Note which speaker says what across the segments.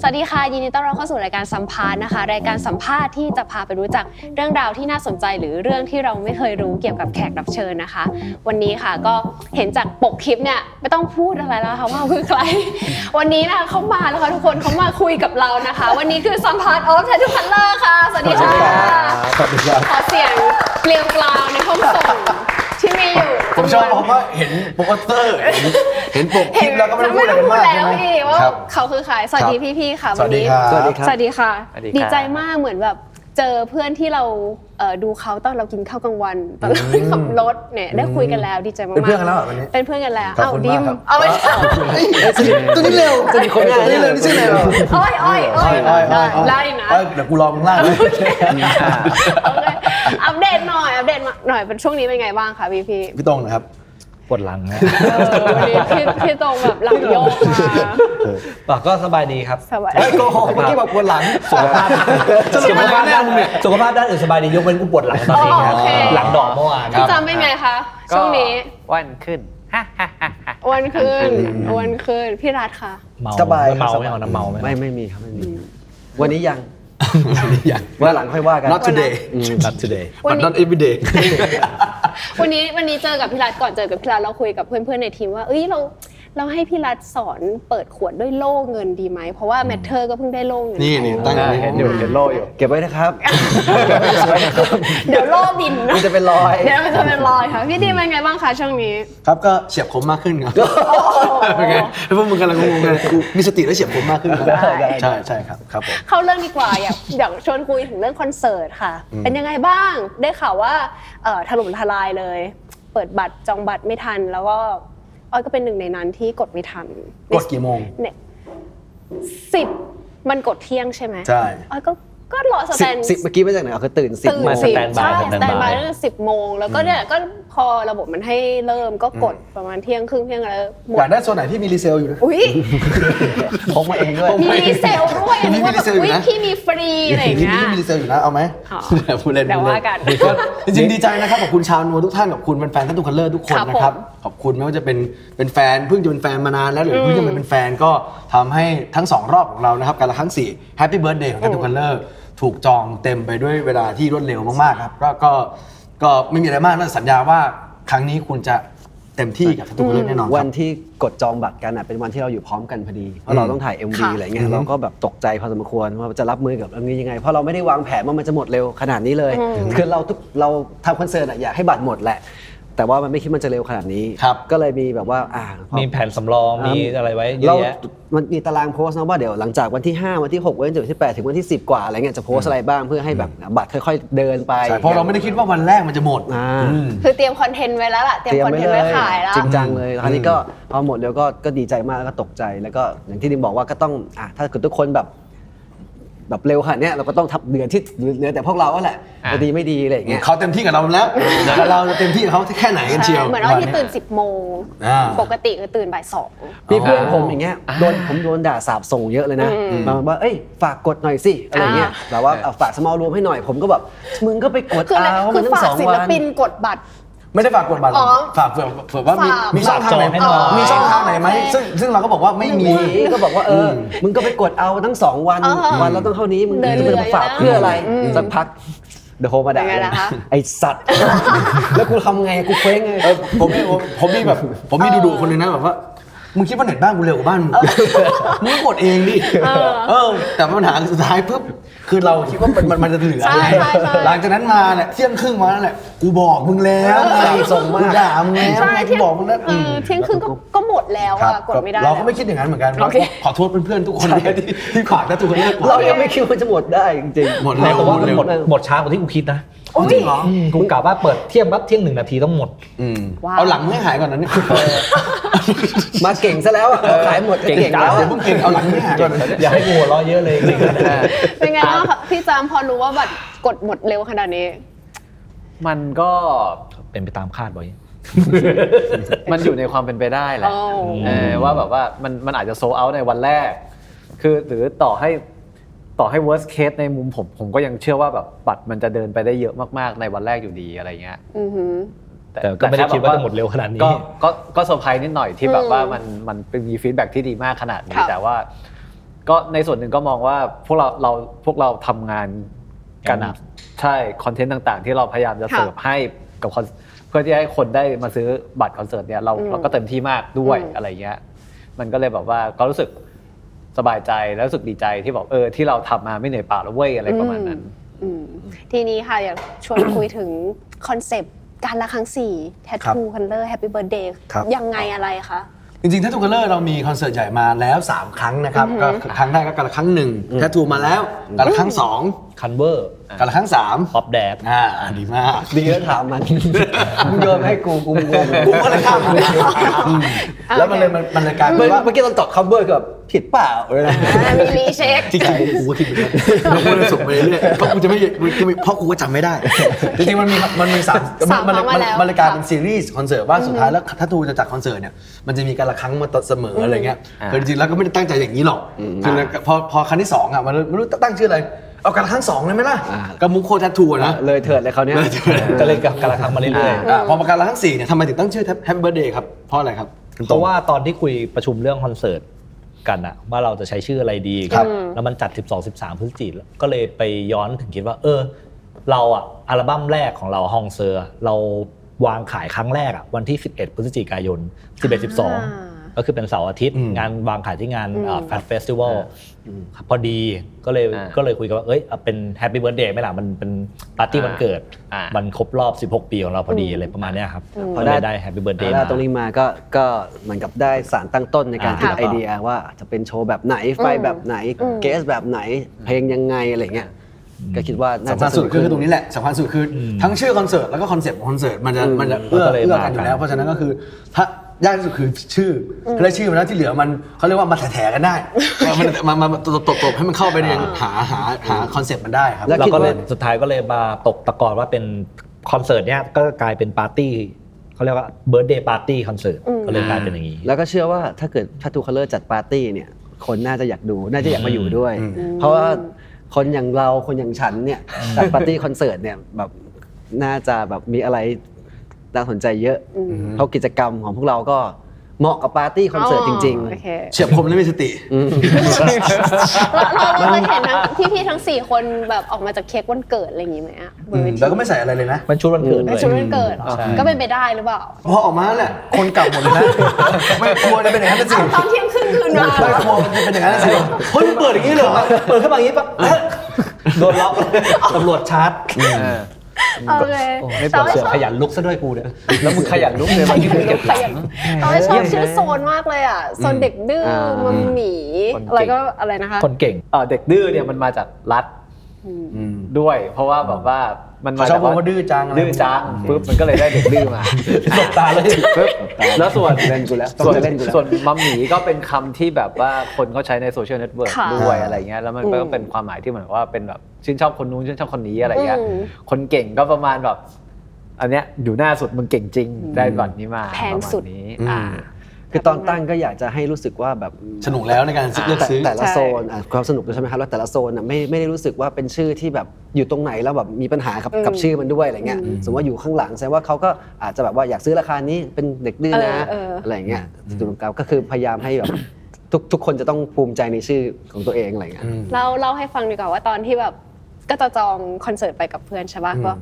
Speaker 1: สวัสดีค่ะ ยินดีต้อนรับเข้าสู่รายการสัมภาษณ์นะคะ รายการสัมภาษณ์ที่จะพาไปรู้จักเรื่องราวที่น่าสนใจหรือเรื่องที่เราไม่เคยรู้เกี่ยวกับแขกรับเชิญนะคะ วันนี้ค่ะก็เห็นจากปกคลิปเนี่ยไม่ต้องพูดอะไรแล้วค่ะว่าคือใคร วันนี้นะคะเขามาแล้วค่ะทุกคนเขามาคุยกับเรานะคะ วันนี้คือสัมภาษณ์ออฟแททูพัลเลอร์ค่ะ สวัสดีค่ะ
Speaker 2: สวัสดีครับ
Speaker 1: ขอเสียงเกลียวกลาวในห้องส่งที่มีอยู่
Speaker 2: ผมชอบ
Speaker 1: จำนวน
Speaker 2: คำว่าเห็นโปสเตอร์ เห็นปกคลิปแล้วก็ไม่
Speaker 1: ไม่
Speaker 2: ได้
Speaker 1: ต้อง
Speaker 2: พู
Speaker 1: พู
Speaker 2: ด
Speaker 1: ด
Speaker 2: อะไรกันมากใช่
Speaker 1: แล้ว
Speaker 2: ไหม
Speaker 1: พี่ว่า
Speaker 2: ครับ
Speaker 1: เขาคือใครสวัสดี
Speaker 2: ครับ
Speaker 1: พี่ๆค่ะ
Speaker 2: สวัสดี
Speaker 1: นี้
Speaker 2: ครับ
Speaker 3: สวัสดีครับ
Speaker 1: สวัสดีค่ะ
Speaker 3: สวัสดีครับ
Speaker 1: ดีใจมากเหมือนแบบเจอเพื่อนที่เราเอ่อดูเขาตอนเรากินข้าวกลางวัน ตอนเราขับรถเนี่ยได้คุยกันแล้วดีใจมากๆ
Speaker 2: เป็นเพื่อนกันแล้วเหรอวันนี้
Speaker 1: เป็นเพื่อนกันแล้ว
Speaker 2: ข
Speaker 1: อ้า
Speaker 2: อบ
Speaker 1: ว
Speaker 2: คุณ
Speaker 1: ดิ
Speaker 2: มาก
Speaker 1: ม
Speaker 2: ครับ
Speaker 1: เอาไม่ใช่
Speaker 2: ตัวนี้เร็ว
Speaker 3: สวัสดีคนง่าย
Speaker 2: ตัวนี้เร็วนี่ชื่ออะไรเหรอ
Speaker 1: อ้อยอ้อยอ้อย
Speaker 2: อ้อยอ้อยอ้อย
Speaker 1: ไล่นะ
Speaker 2: เอ้ยเดี๋ยวกูลองมึงล่างเลย
Speaker 1: โอเคอัปเดตหน่อยอัปเดตหน่อยเป็นช่วงนี้เป็นไงบ้างคะพี่พี่
Speaker 2: พี่ตรงนะครับ
Speaker 3: ปวดหลัง นะ
Speaker 1: ๆเออวันนี้พี่พี่ตรงแบบหลังโยกมา
Speaker 3: ปากก็สบายดีครับ
Speaker 1: สวัสดี
Speaker 2: เฮ้ยโกหกเมื่อกี้บอกปวดหลัง
Speaker 3: สุขภาพ
Speaker 2: จะหลุดอะไรกันแน่มึงเนี่ย
Speaker 3: สุขภาพด้านอื่นสบายดียกเว้นกูปวดหลังตอนนี้ครับ
Speaker 1: อ๋อโอเค
Speaker 3: หลังดอกเมื่อวานค
Speaker 1: พี่
Speaker 3: รับ
Speaker 1: จำเป็นไงคะช่วงนี้
Speaker 4: ก็วันขึ้น ฮ่าฮ่าฮ่าฮ่า
Speaker 1: อ้วนขึ้นอ้วนขึ้น พี่รัฐค่ะ
Speaker 3: เมา
Speaker 2: สบาย
Speaker 3: เมาไม่เอานะเมาไม่เอา
Speaker 4: ไม่ไม่มีครับไม่มี วันนี้ยัง
Speaker 2: ยัง
Speaker 4: วันหลังค่อยว่ากัน
Speaker 2: not today
Speaker 3: not today
Speaker 1: วัน
Speaker 2: but
Speaker 1: นี้
Speaker 2: not every day
Speaker 1: วันนี้วันนี้เจอกับพี่รัฐก่อนเจอกับพี่รัฐเราคุยกับเพื่อนๆในทีมว่าเอ้ยเราเราให้พี่รัฐสอนเปิดขวดด้วยโล่เงินดีไหมเพราะว่าแมทเธอร์ก็เพิ่งได้โล่เงิน
Speaker 2: นี่นี่ตั้ง
Speaker 4: เห็นอยู่เห็นโลอยู่ เก็บไว้นะครับ
Speaker 1: เดี๋ยวโล่บินนะ
Speaker 4: มันจะเป็นรอย
Speaker 1: เดี๋ยวมันจะเป็นรอยค่ะ พี่ดีเป็นไงบ้างคะช่วงนี้
Speaker 2: ครับก็เฉียบคมมากขึ้นครับเป็นไงพวกมึงกำลังงงกันกูมีสติและเฉียบคมมากขึ้นครับ
Speaker 1: ได้
Speaker 2: ใช่ใช่ครับครับผม
Speaker 1: เข้าเรื่องดีกว่าอยากอยากชวนคุยถึงเรื่องคอนเสิร์ตค่ะ
Speaker 2: อืม
Speaker 1: เป็นยังไงบ้างได้ข่าวว่าเอ่อถล่มทลายเลย เปิดบัตรจองบัตรไม่ทัน แล้วก็อ้อยก็เป็นหนึ่งในนั้นที่กดไม่ทัน
Speaker 2: กดกี่โมง
Speaker 1: เนี่ยสิบมันกดเที่ยงใช่ไหม
Speaker 2: ใช่
Speaker 1: อ๋อก็ก็รอส
Speaker 4: สิ
Speaker 1: แต
Speaker 4: บ
Speaker 1: น
Speaker 4: สิบเมื่อกี้มาจากไหนเอาคือตื่นสิบ
Speaker 1: ตื่น
Speaker 4: โมง
Speaker 1: สิ
Speaker 3: มา standby
Speaker 1: ใช่ส
Speaker 3: standby
Speaker 1: แตนบายตั้งแต่สิบโมงแล้วก็เนี่ยก็พอระบบมันให้เริ่มก็กดประมาณเที่ยงครึ่งเที่ยงอะไรหม
Speaker 2: อ
Speaker 1: ด
Speaker 2: ยากได้โซนไหนที่มีรีเซลอยู่นะ
Speaker 1: อุ้ย
Speaker 4: พกมาเองด้วย
Speaker 1: มีรีเซลด้วยนึ
Speaker 2: พี่มี
Speaker 1: กว่าแบ
Speaker 2: รี
Speaker 1: บ
Speaker 2: เซลอยู่
Speaker 1: อุ้ย
Speaker 2: นะ
Speaker 1: พี่มีฟรีอะไรอย่าง
Speaker 2: นี่
Speaker 1: เงี้ย
Speaker 2: นี่มีรีเซลอยู่นะ เอาไหม
Speaker 1: อ๋อ
Speaker 2: พูดเล่น
Speaker 1: เดี๋ยว
Speaker 2: พูดเล่
Speaker 1: ว่ากัน
Speaker 2: ก็จริงๆดีใจนะครับ ขอบคุณชาวนัวทุกท่าน ขอบคุณแฟนๆท่านทุกคนเลอร์ทุกค
Speaker 1: ค
Speaker 2: น
Speaker 1: รับ
Speaker 2: นะครับ
Speaker 1: ผม
Speaker 2: ขอบคุณไม่ว่าจะเป็นเป็นแฟนเพิ่งจะเป็นแฟนมานานแล้วหรืออเพิ่งจะมาเป็นแฟนก็ทำให้ทั้งสองรอบของเรานะครับการละครั้งสี่แฮปปี้เบิร์ดเดย์ของท่านทุกคนเลอร์ถูกจองเต็มไปด้วยเวลาที่รวดเร็วมากๆครับก็ก็ก็ไม่มีอะไรมากนอกจากสัญญาว่าครั้งนี้คุณจะเต็มที่กับท่านทุกคนเลอร์แน่นอนค
Speaker 4: วั
Speaker 2: รับ
Speaker 4: นที่กดจองบัตรกันอ่ะเป็นวันที่เราอยู่พร้อมกันพอดี เพราะเราต้องถ่าย MV
Speaker 1: ค่ะ
Speaker 4: อะไรเงี้ยเราก็แบบตกใจพอสมควรว่าจะรับมือกับเรื่องนี้ยังไง เพราะเราไม่ได้วางแผนว่ามันจะหมดเร็วขนาดนี้เลย คือเราทุกเราทำคอนเสิร์ตอะอยากให้บัตรหมดแหละ แต่ว่ามันไม่คิดมันจะเร็วขนาดนี้
Speaker 2: ครับ
Speaker 4: ก็เลยมีแบบว่าอ่าพอ
Speaker 3: มีแผนสำรองมีอะไรไว้เย
Speaker 4: เรา
Speaker 3: อะแยะ
Speaker 4: มันมีตารางโพสต์นะว่าเดี๋ยวหลังจากวันที่ 5 วันที่ 6 วันที่8ถึงวันที่ 10 กว่าอะไรเงี้ยจะโพสต์อะไรบ้างเพื่อให้แบบบัตรค่อยๆเดินไป
Speaker 2: ใช่เพราะเราไม่ได้คิดว่าวันแรกมันจะหมด
Speaker 4: อ่า
Speaker 2: อืม
Speaker 1: คือเตรียมคอนเทนต์ไว้แล้วล่ะ เตรียมคอนเทนต์ไว้ขายแล้ว
Speaker 4: จริงจังเลย
Speaker 2: อืม
Speaker 4: คราวนี้ก็พอหมดแล้วก็ก็ดีใจมากแล้วก็ตกใจแล้วก็อย่างที่ดิมบอกว่าก็ต้องอ่ะถ้าเกิดทุกคนแบบ แบบเร็วขนาดเนี้ยเราก็ต้องทับเดือนที่เหลือแต่พวกเราแหละ
Speaker 3: อ่า
Speaker 4: จะดีไม่ดีอะไรอย่างเงี้ย
Speaker 2: เขาเต็มที่กับเราแล้วแล้วเราจะเต็มที่กับเขาแค่ไหนกันเชียว
Speaker 1: ใช่ เหมือนอ้อยที่ตื่น 10 โมง
Speaker 2: อ่า
Speaker 1: ปกติคือตื่นบ่ายสอง
Speaker 4: มีเพื่อนผมอย่างเงี้ยโดนผมโดนด่าสาบส่งเยอะเลยนะบางคนว่าเอ้ยฝากกดหน่อยสิอะไรเงี้ย
Speaker 1: อ่า
Speaker 4: แบบว่าเอาฝากสมอลรวมให้หน่อยผมก็แบบมึงก็ไปกด
Speaker 1: คืออะไร
Speaker 4: เอา
Speaker 1: คื
Speaker 4: มั
Speaker 1: อน
Speaker 4: ตั้
Speaker 1: ฝาง
Speaker 4: ส
Speaker 1: ก
Speaker 4: อง
Speaker 1: ศิ
Speaker 4: วั
Speaker 1: ล
Speaker 4: น
Speaker 1: ปินกดบัตร
Speaker 2: ไม่ได้ฝากกดบัตรหรอ
Speaker 1: อ๋
Speaker 2: ก
Speaker 1: อ
Speaker 2: ฝากเผื่อเผื่อว่ามี
Speaker 1: ฝาก
Speaker 2: มีช่องทางไหน
Speaker 3: ฝากจองให้หน่อย
Speaker 2: มีช่องทางไหนไหม
Speaker 1: โอเค
Speaker 2: ซึ่งซึ่งเราก็บอกว่าไม่มี
Speaker 4: นี่ก็บอกว่าเอออมึงก็ไปกดเอาทั้งสองวัน
Speaker 1: เออ
Speaker 4: วันละต้องเท่านี้มึง
Speaker 1: เดิน
Speaker 4: จะ
Speaker 1: เรือ
Speaker 4: ไปฝากเพื่ออะไรสักพักเดอะโฮมาด่า
Speaker 1: เป็นไงล่ะคะ
Speaker 4: ไอสัตว์ แล้วกูทำไงกูเคว้งไง
Speaker 2: เออผมมีผมผมมีแบบผมมีดูดูคนหนึงนะแบบว่ามึงคิดว่าเน็ตบ้านกูเร็วกว่าบ้านมึงมึงก็กดเองดิเออ แต่ปัญหาสุดท้ายปุ๊บคือเราคิดว่ามันมันมันจะเหลือ
Speaker 1: ใช่ใช่ใช่
Speaker 2: หลังจากนั้นมาเนี่ยเที่ยงครึ่งมาแล้วแหละกูบอกมึงแล้วไง
Speaker 4: ส่งมา
Speaker 2: กูด่ามึงแล้ว
Speaker 1: ใช่
Speaker 2: ไงกู
Speaker 1: เที่ยง
Speaker 2: บอกมึงแล้ว
Speaker 1: เออเที่ยงครึ่งก็ก็หมดแล้ว
Speaker 2: ครับ
Speaker 1: อะกดไม่ได้
Speaker 2: เราก็
Speaker 1: แล้
Speaker 2: ไม่
Speaker 1: ว
Speaker 2: คิดอย่างนั้นเหมือนกัน
Speaker 1: โอเค
Speaker 2: ขอโทษเพื่อนๆทุกคนด้วยที่ที่ขวางและทุกคนที่ขวาง
Speaker 4: เรายังไม่คิดว่าจะหมดได้จริงๆ
Speaker 2: หมด
Speaker 3: แต่
Speaker 2: เร็ว
Speaker 3: ว่ามัน
Speaker 2: เร็ว
Speaker 3: หมดหมดช้ากว่าที่กูคิดนะ
Speaker 1: อุ๊ย
Speaker 2: จริงเหรอ
Speaker 3: อืมกูกะว่าเปิดเที่ยงปั๊บเที่ยงหนึ่งนาทีต้องหมด
Speaker 2: อืม
Speaker 1: ว้าว
Speaker 2: เอาหลังไม่หายก่อนนะเนี่ย
Speaker 4: มาเก่งซะแล้วอะขายหมดก็เก่ง
Speaker 2: เอ
Speaker 4: แล้ว
Speaker 2: อ
Speaker 4: อะ
Speaker 2: เพิ่งเก่งเอาหลังไม่หายก่อนนะ
Speaker 3: อย่าให้กูหัวเร้อเยอะเลยจริงๆนะ
Speaker 1: เป็นไงบ้างคะพี่จามพอรู้ว่าบัตรกดหมดเร็วขนาดนี้
Speaker 5: มันก็
Speaker 3: เป็นไปตามคาดบ่อย
Speaker 5: มันอยู่ในความเป็นไปได้แหละ
Speaker 1: โอ้
Speaker 5: เออว่าแบบว่ามันมันอาจจะโซเอาในวันแรก คือหรือต่อให้ ต่อให้ worst case ในมุมผมผมก็ยังเชื่อว่าแบบบัตรมันจะเดินไปได้เยอะมากๆในวันแรกอยู่ดีอะไรเงี้ย
Speaker 1: อือหือ
Speaker 3: แต่ก็ไม่ได้คิดว่าจะหมดเร็วขนาดนี้
Speaker 5: ก็ก็ก็เซอร์ไพรส์นิดหน่อยที่แบ
Speaker 1: อื
Speaker 5: บ
Speaker 1: ม
Speaker 5: ว่ามันมันเป็นมีฟีดแบ็กที่ดีมากขนาดนี้
Speaker 1: ครับ
Speaker 5: แต่ว่า ก็ในส่วนหนึ่งก็มองว่าพวกเราเราพวกเราทำงานกัน
Speaker 3: งานหนัก
Speaker 5: ใช่คอนเทนต์ต่างๆ ที่เราพยายามจะเสิร์ฟให้กับคอนเพื่อที่ให้คนได้มาซื้อบัตรคอนเสิร์ตเนี่ยเราเราก็เต็มที่มากด้วยอะไรเงี้ย มันก็เลยแบบว่าก็รู้สึกสบายใจแล้วรู้สึกดีใจที่บอกเออที่เราทำมาไม่เหนื่อยเปล่าแล้วเว้ยอะไรประมาณนั้น
Speaker 1: อืมทีนี้ค่ะอยากชวน คุยถึงคอนเซปต์การละครั้งสี่แทททูคันเลอร์แฮปปี้เบิร์ดเดย์
Speaker 2: ครับ
Speaker 1: ยังไงอะไรคะ
Speaker 2: จริงๆ แททูคัลเลอร์เรามีคอนเสิร์ตใหญ่มาแล้ว 3 ครั้งนะครับก็ครั้งแรกก็การละครั้งหนึ่งแททูมาแล้วการละครั้งสอง
Speaker 3: คันเวอร์
Speaker 2: การละครั้งสาม
Speaker 3: ป๊อปแดด
Speaker 2: อ่าดีมาก
Speaker 4: ดีแล้วถามมัน มึงโยนมาให้กูกูงง
Speaker 2: กูก็เลยข้ามมาเลยอืมแล้วมันเลยมันมันเลยกลาย
Speaker 4: เมื่
Speaker 2: เป็
Speaker 4: อน
Speaker 2: ว่า
Speaker 4: เมื่อกี้ตอนตอบคัมเบอร์กับผิดเปล่าเลยนะ
Speaker 1: อ่ามีรีเช็ค
Speaker 2: จริงๆกูก็คิดเหมือนกันแล้วกูเลยส่งไปเรื่อยๆเพราะกูจะไม่เพราะกูก็จำไม่ได้ จริงๆมันมีมันมีสาม
Speaker 1: สาม
Speaker 2: เลย
Speaker 1: ครั้งมาแล้ว
Speaker 2: มันเลยกลายเป็นซีรีส์คอนเสิร์ตว่าสุดท้ายแล้วถ้าทูจะจัดคอนเสิร์ตเนี่ยมันจะมีการละครั้งมาเสมออะไรเงี้ย
Speaker 5: อ่า
Speaker 2: แต่จริงๆแล้วก็ไม่ได้ตั้งใจอย่างนี้หรอกคือแล้วก็พอพอครั้งที่สองอ่ะมันไม่รู้ตั้งชื่ออะไรเอาการละครั้งสองเลยไหมล่ะ
Speaker 4: อ่า
Speaker 2: กับมุกโคทัทูนะ
Speaker 4: เลยเถิดเลยเขาวเนี้ย
Speaker 2: เลยเถิด
Speaker 3: ก็เลยกำลังทำมาเรื่อย
Speaker 2: อ่าพอมาการละครั้งสี่เนี่ยทำไมถึงตั้งชื่อแฮมเบอร์เดย์ครับเพราะอะไรครับ
Speaker 3: ๆเพราะว่าตอนที่คุยประชุมเรื่องคอนเสิร์ตกันอะว่าเราจะใช้ชื่ออะไรดีครับแล้วมันจัด 12 13 พฤศจิกายนแล้วก็เลยไปย้อนถึงคิดว่า เออ เราอะอัลบั้มแรกของเราฮองเซอร์อะเราวางขายครั้งแรกอะวันที่ 11 พฤศจิกายน 11 12 ก็คือเป็นเสาร์อาทิตย์ งานวางขายที่งานแฟชเฟสติวัลพอดีก็เลย
Speaker 5: อ่า
Speaker 3: ก็เลยคุยกันว่าเอ้ยเอาเป็นแฮปปี้เบิร์ดเดย์ไหมล่ะมันเป็นปาร์ตี้วันเกิด
Speaker 5: อ่า
Speaker 3: มันครบรอบ 16 ปีของเราพอดีอะไรประมาณเนี้ยครับ
Speaker 4: พ
Speaker 3: พ
Speaker 4: อ
Speaker 3: อ
Speaker 4: ได้
Speaker 3: ได้ได้แฮปปี้เบิร์ดเดย์
Speaker 4: ถ้าตรงนี้มาก็ก็เหมือนกับได้สารตั้งต้นในการ
Speaker 3: อ่า
Speaker 4: คิด
Speaker 1: ครับ
Speaker 4: ไอเดียว่าจะเป็นโชว์แบบไหนไฟล์แบบไหน
Speaker 1: อืม
Speaker 4: เกสแบบไหน เพลงยังไงอะไรเงี้ยก็คิดว่าน่า
Speaker 2: สำคั
Speaker 4: จะ
Speaker 2: ญสุดคือตรงนี้แหละสำคัญสุดคืออทั้งชื่อคอนเสิร์ตแล้วก็คอนเซปต์ของคอนเสิร์ตมันจะมันจะเอื้อ
Speaker 3: มันก็เลย
Speaker 2: เอื้อกันอ
Speaker 3: มากั
Speaker 2: ยู่
Speaker 3: น
Speaker 2: แล้วเพราะฉะนั้นก็คือถ้ายากที่สุดคือชื่ออคือได้ชื่อมาแล้วที่เหลือมันเขาเรียกว่ามาแถๆกันได้มันมันมันตบตบๆให้มันเข้าไปในหาหาหาคอนเซปต์มันได้ครับ
Speaker 3: แล้วก็เลยสุดท้ายก็เลยมาตกตะกอนว่าเป็นคอนเสิร์ตเนี้ยก็กลายเป็นปาร์ตี้เขาเรียกว่าเบิร์ดเดย์ปาร์ตี้คอนเสิร์ต
Speaker 1: อืม
Speaker 3: ก็เลยกลายเป็นอย่างนี้
Speaker 4: แล้วก็เชื่อว่าถ้าเกิดทัตูคัลเลอร์จัดปาร์ตี้เนี่ยคนน่าจะอยากดูน่าจะอยากมาอยู่ด้วย
Speaker 2: อืม
Speaker 4: เพราะว่าคนอย่างเราคนอย่างฉันเนี่ยจัดปาร์ตี้คอนเสิร์ตเนี่ยแบบน่าจะแบบมีอะไรน่าสนใจเยอะเพราะกิจกรรมของพวกเราก็เหมาะกับปาร์ตี้คอนเสิร์ตจริง
Speaker 1: โอเค
Speaker 2: เฉียบคมและมีสติ
Speaker 1: เราเราเราเคยเห็นทั้งพี่พี่ๆทั้งสี่คนแบบออกมาจากเค้กวันเกิดอะไรอย่างงี้ไหมอะบนเวที
Speaker 2: แล้วก็ไม่ใส่อะไรเลยนะ
Speaker 3: มันชุดวันเกิด
Speaker 1: ใน
Speaker 3: ด้วย
Speaker 1: ชุดวันเกิดเหรอ
Speaker 3: ใช่
Speaker 1: ก็เป็นไปได้หรือเปล่า
Speaker 2: พอออกมาเนี่ยคนกลับหมดเลยนะ ไม่กลัวจะเป็นอย่างนั้นสิ
Speaker 1: เอาตอนเที่ยงคืนคืนมา
Speaker 2: ไม่กลัวมันจะเป็นอย่างนั้นสิเฮ้ยมันเปิดอย่างนี้เลยเหรอ
Speaker 3: เปิดขึ้นมาอย่างนี้ปะเอ๊ะโดนล็อกตำรวจชาร์จ
Speaker 1: โอเค
Speaker 3: ไม่
Speaker 1: แต่
Speaker 3: เปิด
Speaker 1: ว่า
Speaker 3: เสื
Speaker 1: ช
Speaker 3: อ
Speaker 1: อบ
Speaker 3: ขยันลุกซะด้วยกูเนี่ย
Speaker 5: แล้วมึงขยันลุกเลยวันที่มึงเก็บหลัง
Speaker 1: แต่ว่าชอบชื่อโซนมากเลยอ่ะโซนเด็กดื้อ
Speaker 4: อ่ามั
Speaker 1: มัมหมี
Speaker 5: คน
Speaker 1: อะ
Speaker 5: เก่ง
Speaker 1: ไรก็อะไรนะคะ
Speaker 3: คนเก่ง
Speaker 5: เอ่อเด็กดื้อเนี่ยมันมาจากรัฐ ด้วย เพราะว่าแบบว่ามันมา
Speaker 2: ชอบพูดว่า
Speaker 5: ดื้
Speaker 2: ดื้อจังอะไร
Speaker 5: อจังปุ๊บมันก็เลยได้เด็กดื้อมา
Speaker 3: ตบตาเลย
Speaker 5: ปุ๊บแล้วส่วน
Speaker 4: เล่นกูแล้ว
Speaker 5: ส่วน
Speaker 4: เล่นกูแล้ว
Speaker 5: ส่วนมัมหมีก็เป็นคำที่แบบว่าคนเขาใช้ในโซเชียลเน็ตเวิร์ก
Speaker 1: ค่ะ
Speaker 5: ด้วยอะไรเงี้ยแล้วมันก็
Speaker 1: อืม
Speaker 5: เป็นความหมายที่เหมือนว่าเป็นแบบชื่นชอบคนนู้นชื่นชอบคนนี้อะไรเงี้ย
Speaker 1: อืม
Speaker 5: คนเก่งก็ประมาณแบบอันเนี้ยอยู่หน้าสุดมึงเก่งจริง ได้บัตรนี้มา
Speaker 1: แพงสุด
Speaker 5: ประมาณนี้
Speaker 1: อ่า
Speaker 4: ๆ คือตอนตั้งก็อยากจะให้รู้สึกว่าแบบ
Speaker 2: สนุกแล้วในการเลือก
Speaker 4: แต่
Speaker 2: ซื้อ
Speaker 4: แต่ละ
Speaker 1: ใช่
Speaker 4: โซนอ่ะความสนุกด้วยใช่ไหมครับแล้วแต่ละโซนอ่ะไม่ไม่ได้รู้สึกว่าเป็นชื่อที่แบบอยู่ตรงไหนแล้วแบบมีปัญหากับกับชื่อมันด้วยอะไรเงี้ยสมมติว่าอยู่ข้างหลังแสดงว่าเขาก็อาจจะแบบว่าอยากซื้อราคานี้เป็นเด็กดื้อนะ
Speaker 1: เออเอออ
Speaker 4: อะไรเงี้ยจุดตรงกลางก็คือพยายามให้แบบทุกทุกคนจะต้องภูมิใจในชื่อของตัวเองอะไรเงี้ย
Speaker 1: เล่าเล่าให้ฟังดีกว่าว่าตอนที่แบบก็จะจองคอนเสิร์ตไปกับเพื่อนใช่ป่ะก็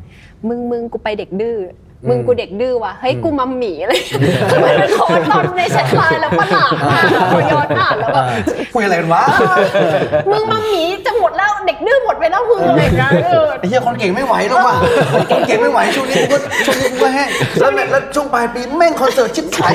Speaker 1: มึงมึงกูไปเด็กดื้ออมึงกูเด็กดื้อว่ะเฮ้ยกูมัมหมีอะไรเหมือนเป็นโค้ดตอนในแชทไลน์แล้วประหลาดมากพอย้อนอ่านแล้ว แบบ
Speaker 2: คุยอะไรกันวะ
Speaker 1: มึงมัมหมีจะหมดแล้วเด็กดื้อหมดไปแล้วมึงอะไรอย่างเงี้ยเออ
Speaker 2: ไอ้เหี้ยคนเก่งไม่ไหวแล้วว่ะคนเก่งไม่ไหวช่วงนี้กูก็ช่วงนี้กูก็แห้งแล้วเนี่ยแล้วช่วงปลายปีแม่งคอนเสิร์ตชิบหาย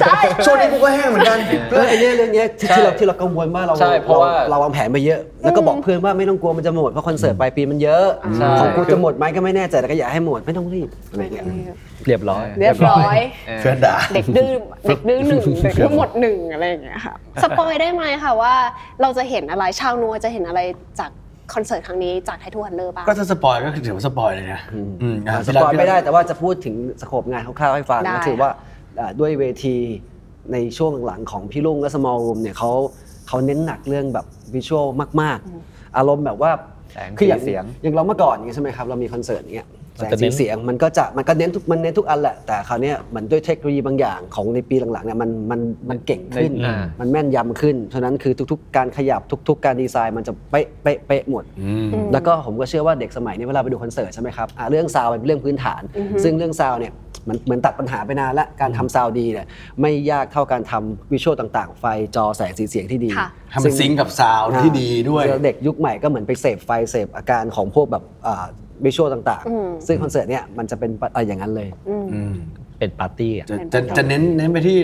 Speaker 1: ใช่
Speaker 2: ช่วงนี้กูก็แห้งเหมือนกัน
Speaker 4: เรื่องไอ้เรื่องเรื่องเนี้ยที่
Speaker 5: ใช่
Speaker 4: ที่เราที่เรากังวลว่าเรา
Speaker 5: ใช่เพราะว่า
Speaker 4: เราวางแผนไปเยอะ แล้วก็บอกเพื่อนว่าไม่ต้องกลัวมันจะหมดเพราะคอนเสิร์ตปลายปีมันเยอะ
Speaker 5: ใช่
Speaker 4: ของกูจะหมดไหมก็ไม่แน่ใจแต่ก็อยากให้หมดไม่ต้องรีบอะไรเงี้ย
Speaker 3: เรียบร้อย
Speaker 1: เรียบร้อย
Speaker 5: เออ
Speaker 2: เพื่อนด่า
Speaker 1: เด็กดื้อเด็กดื้อหนึ่งเด็กดื้อหมดหนึ่งอะไรอย่างเงี้ยค่ะสปอยได้ไหมค่ะว่าเราจะเห็นอะไรชาวนัวจะเห็นอะไรจากคอนเสิร์ตครั้งนี้จากไททันเนอร์บ้าง
Speaker 2: ก็ถ้าสปอยก็คือถือว่าสปอยเลยนะอืมะ
Speaker 4: สปอยไม่ได้แต่ว่าจะพูดถึงสโคปงานคร่าวๆให้ฟัง
Speaker 1: ได้
Speaker 4: ก็คือว่าอ่าด้วยเวที ในช่วงหลังๆของพี่ลุงและสมอลรูมเนี่ยเขาเขาเน้นหนักเรื่องแบบวิชวลมาก ๆ อารมณ์แบบว่า
Speaker 5: แสง
Speaker 4: คืออย่าง
Speaker 5: สีเสียง
Speaker 4: อย่างเราเมื่อก่อนอย่างเงี้ยใช่ไหมครับเรามีคอนเสิร์ตอย่างเงี้ยแส
Speaker 3: มัน
Speaker 4: ง
Speaker 3: จะเน้
Speaker 4: สี
Speaker 3: น
Speaker 4: เสียงมันก็จะมันก็เน้นทุกมันเน้นทุกอันแหละแต่คราวเนี้ยเหมือนด้วยเทคโนโลยีบางอย่างของในปีหลังๆเนี่ยมันมันมันเก่งขึ้น
Speaker 5: อ่า
Speaker 4: มันแม่นยำขึ้นฉะนั้นคือทุก ๆ การขยับทุก ๆ การดีไซน์มันจะเป๊ะเป๊ะเป๊ะหมด
Speaker 1: อืม
Speaker 4: แล้วก็ผมก็เชื่อว่าเด็กสมัยนี้เวลาไปดูคอนเสิร์ตใช่ไหมครับอ่ะเรื่องซาวด์เป็นเรื่องพื้นฐาน
Speaker 1: อือฮึ
Speaker 4: ซึ่งเรื่องซาวด์เนี่ยมันเหมือนตัดปัญหาไปนานละการทำซาวด์ดีเนี่ยไม่ยากเท่าการทำวิชวลต่างๆ ไฟจอแสงสีเสียงที่ดี
Speaker 2: ให้มันซิงก์กับซาวด์ที่ดีด้วย
Speaker 4: แล้เด็กยุคใหม่ก็เหมือนไปเสพไฟเสพอาการของพวกแบบวิชวลต่าง
Speaker 1: อืม
Speaker 4: ๆ ซึ่งคอนเสิร์ตเนี่ยมันจะเป็นอ่ะอย่างนั้นเลย
Speaker 1: อืม
Speaker 2: อืม
Speaker 3: เป็นปาร์ตี้อะ
Speaker 2: จะจะจะเน้นเน้นไปที่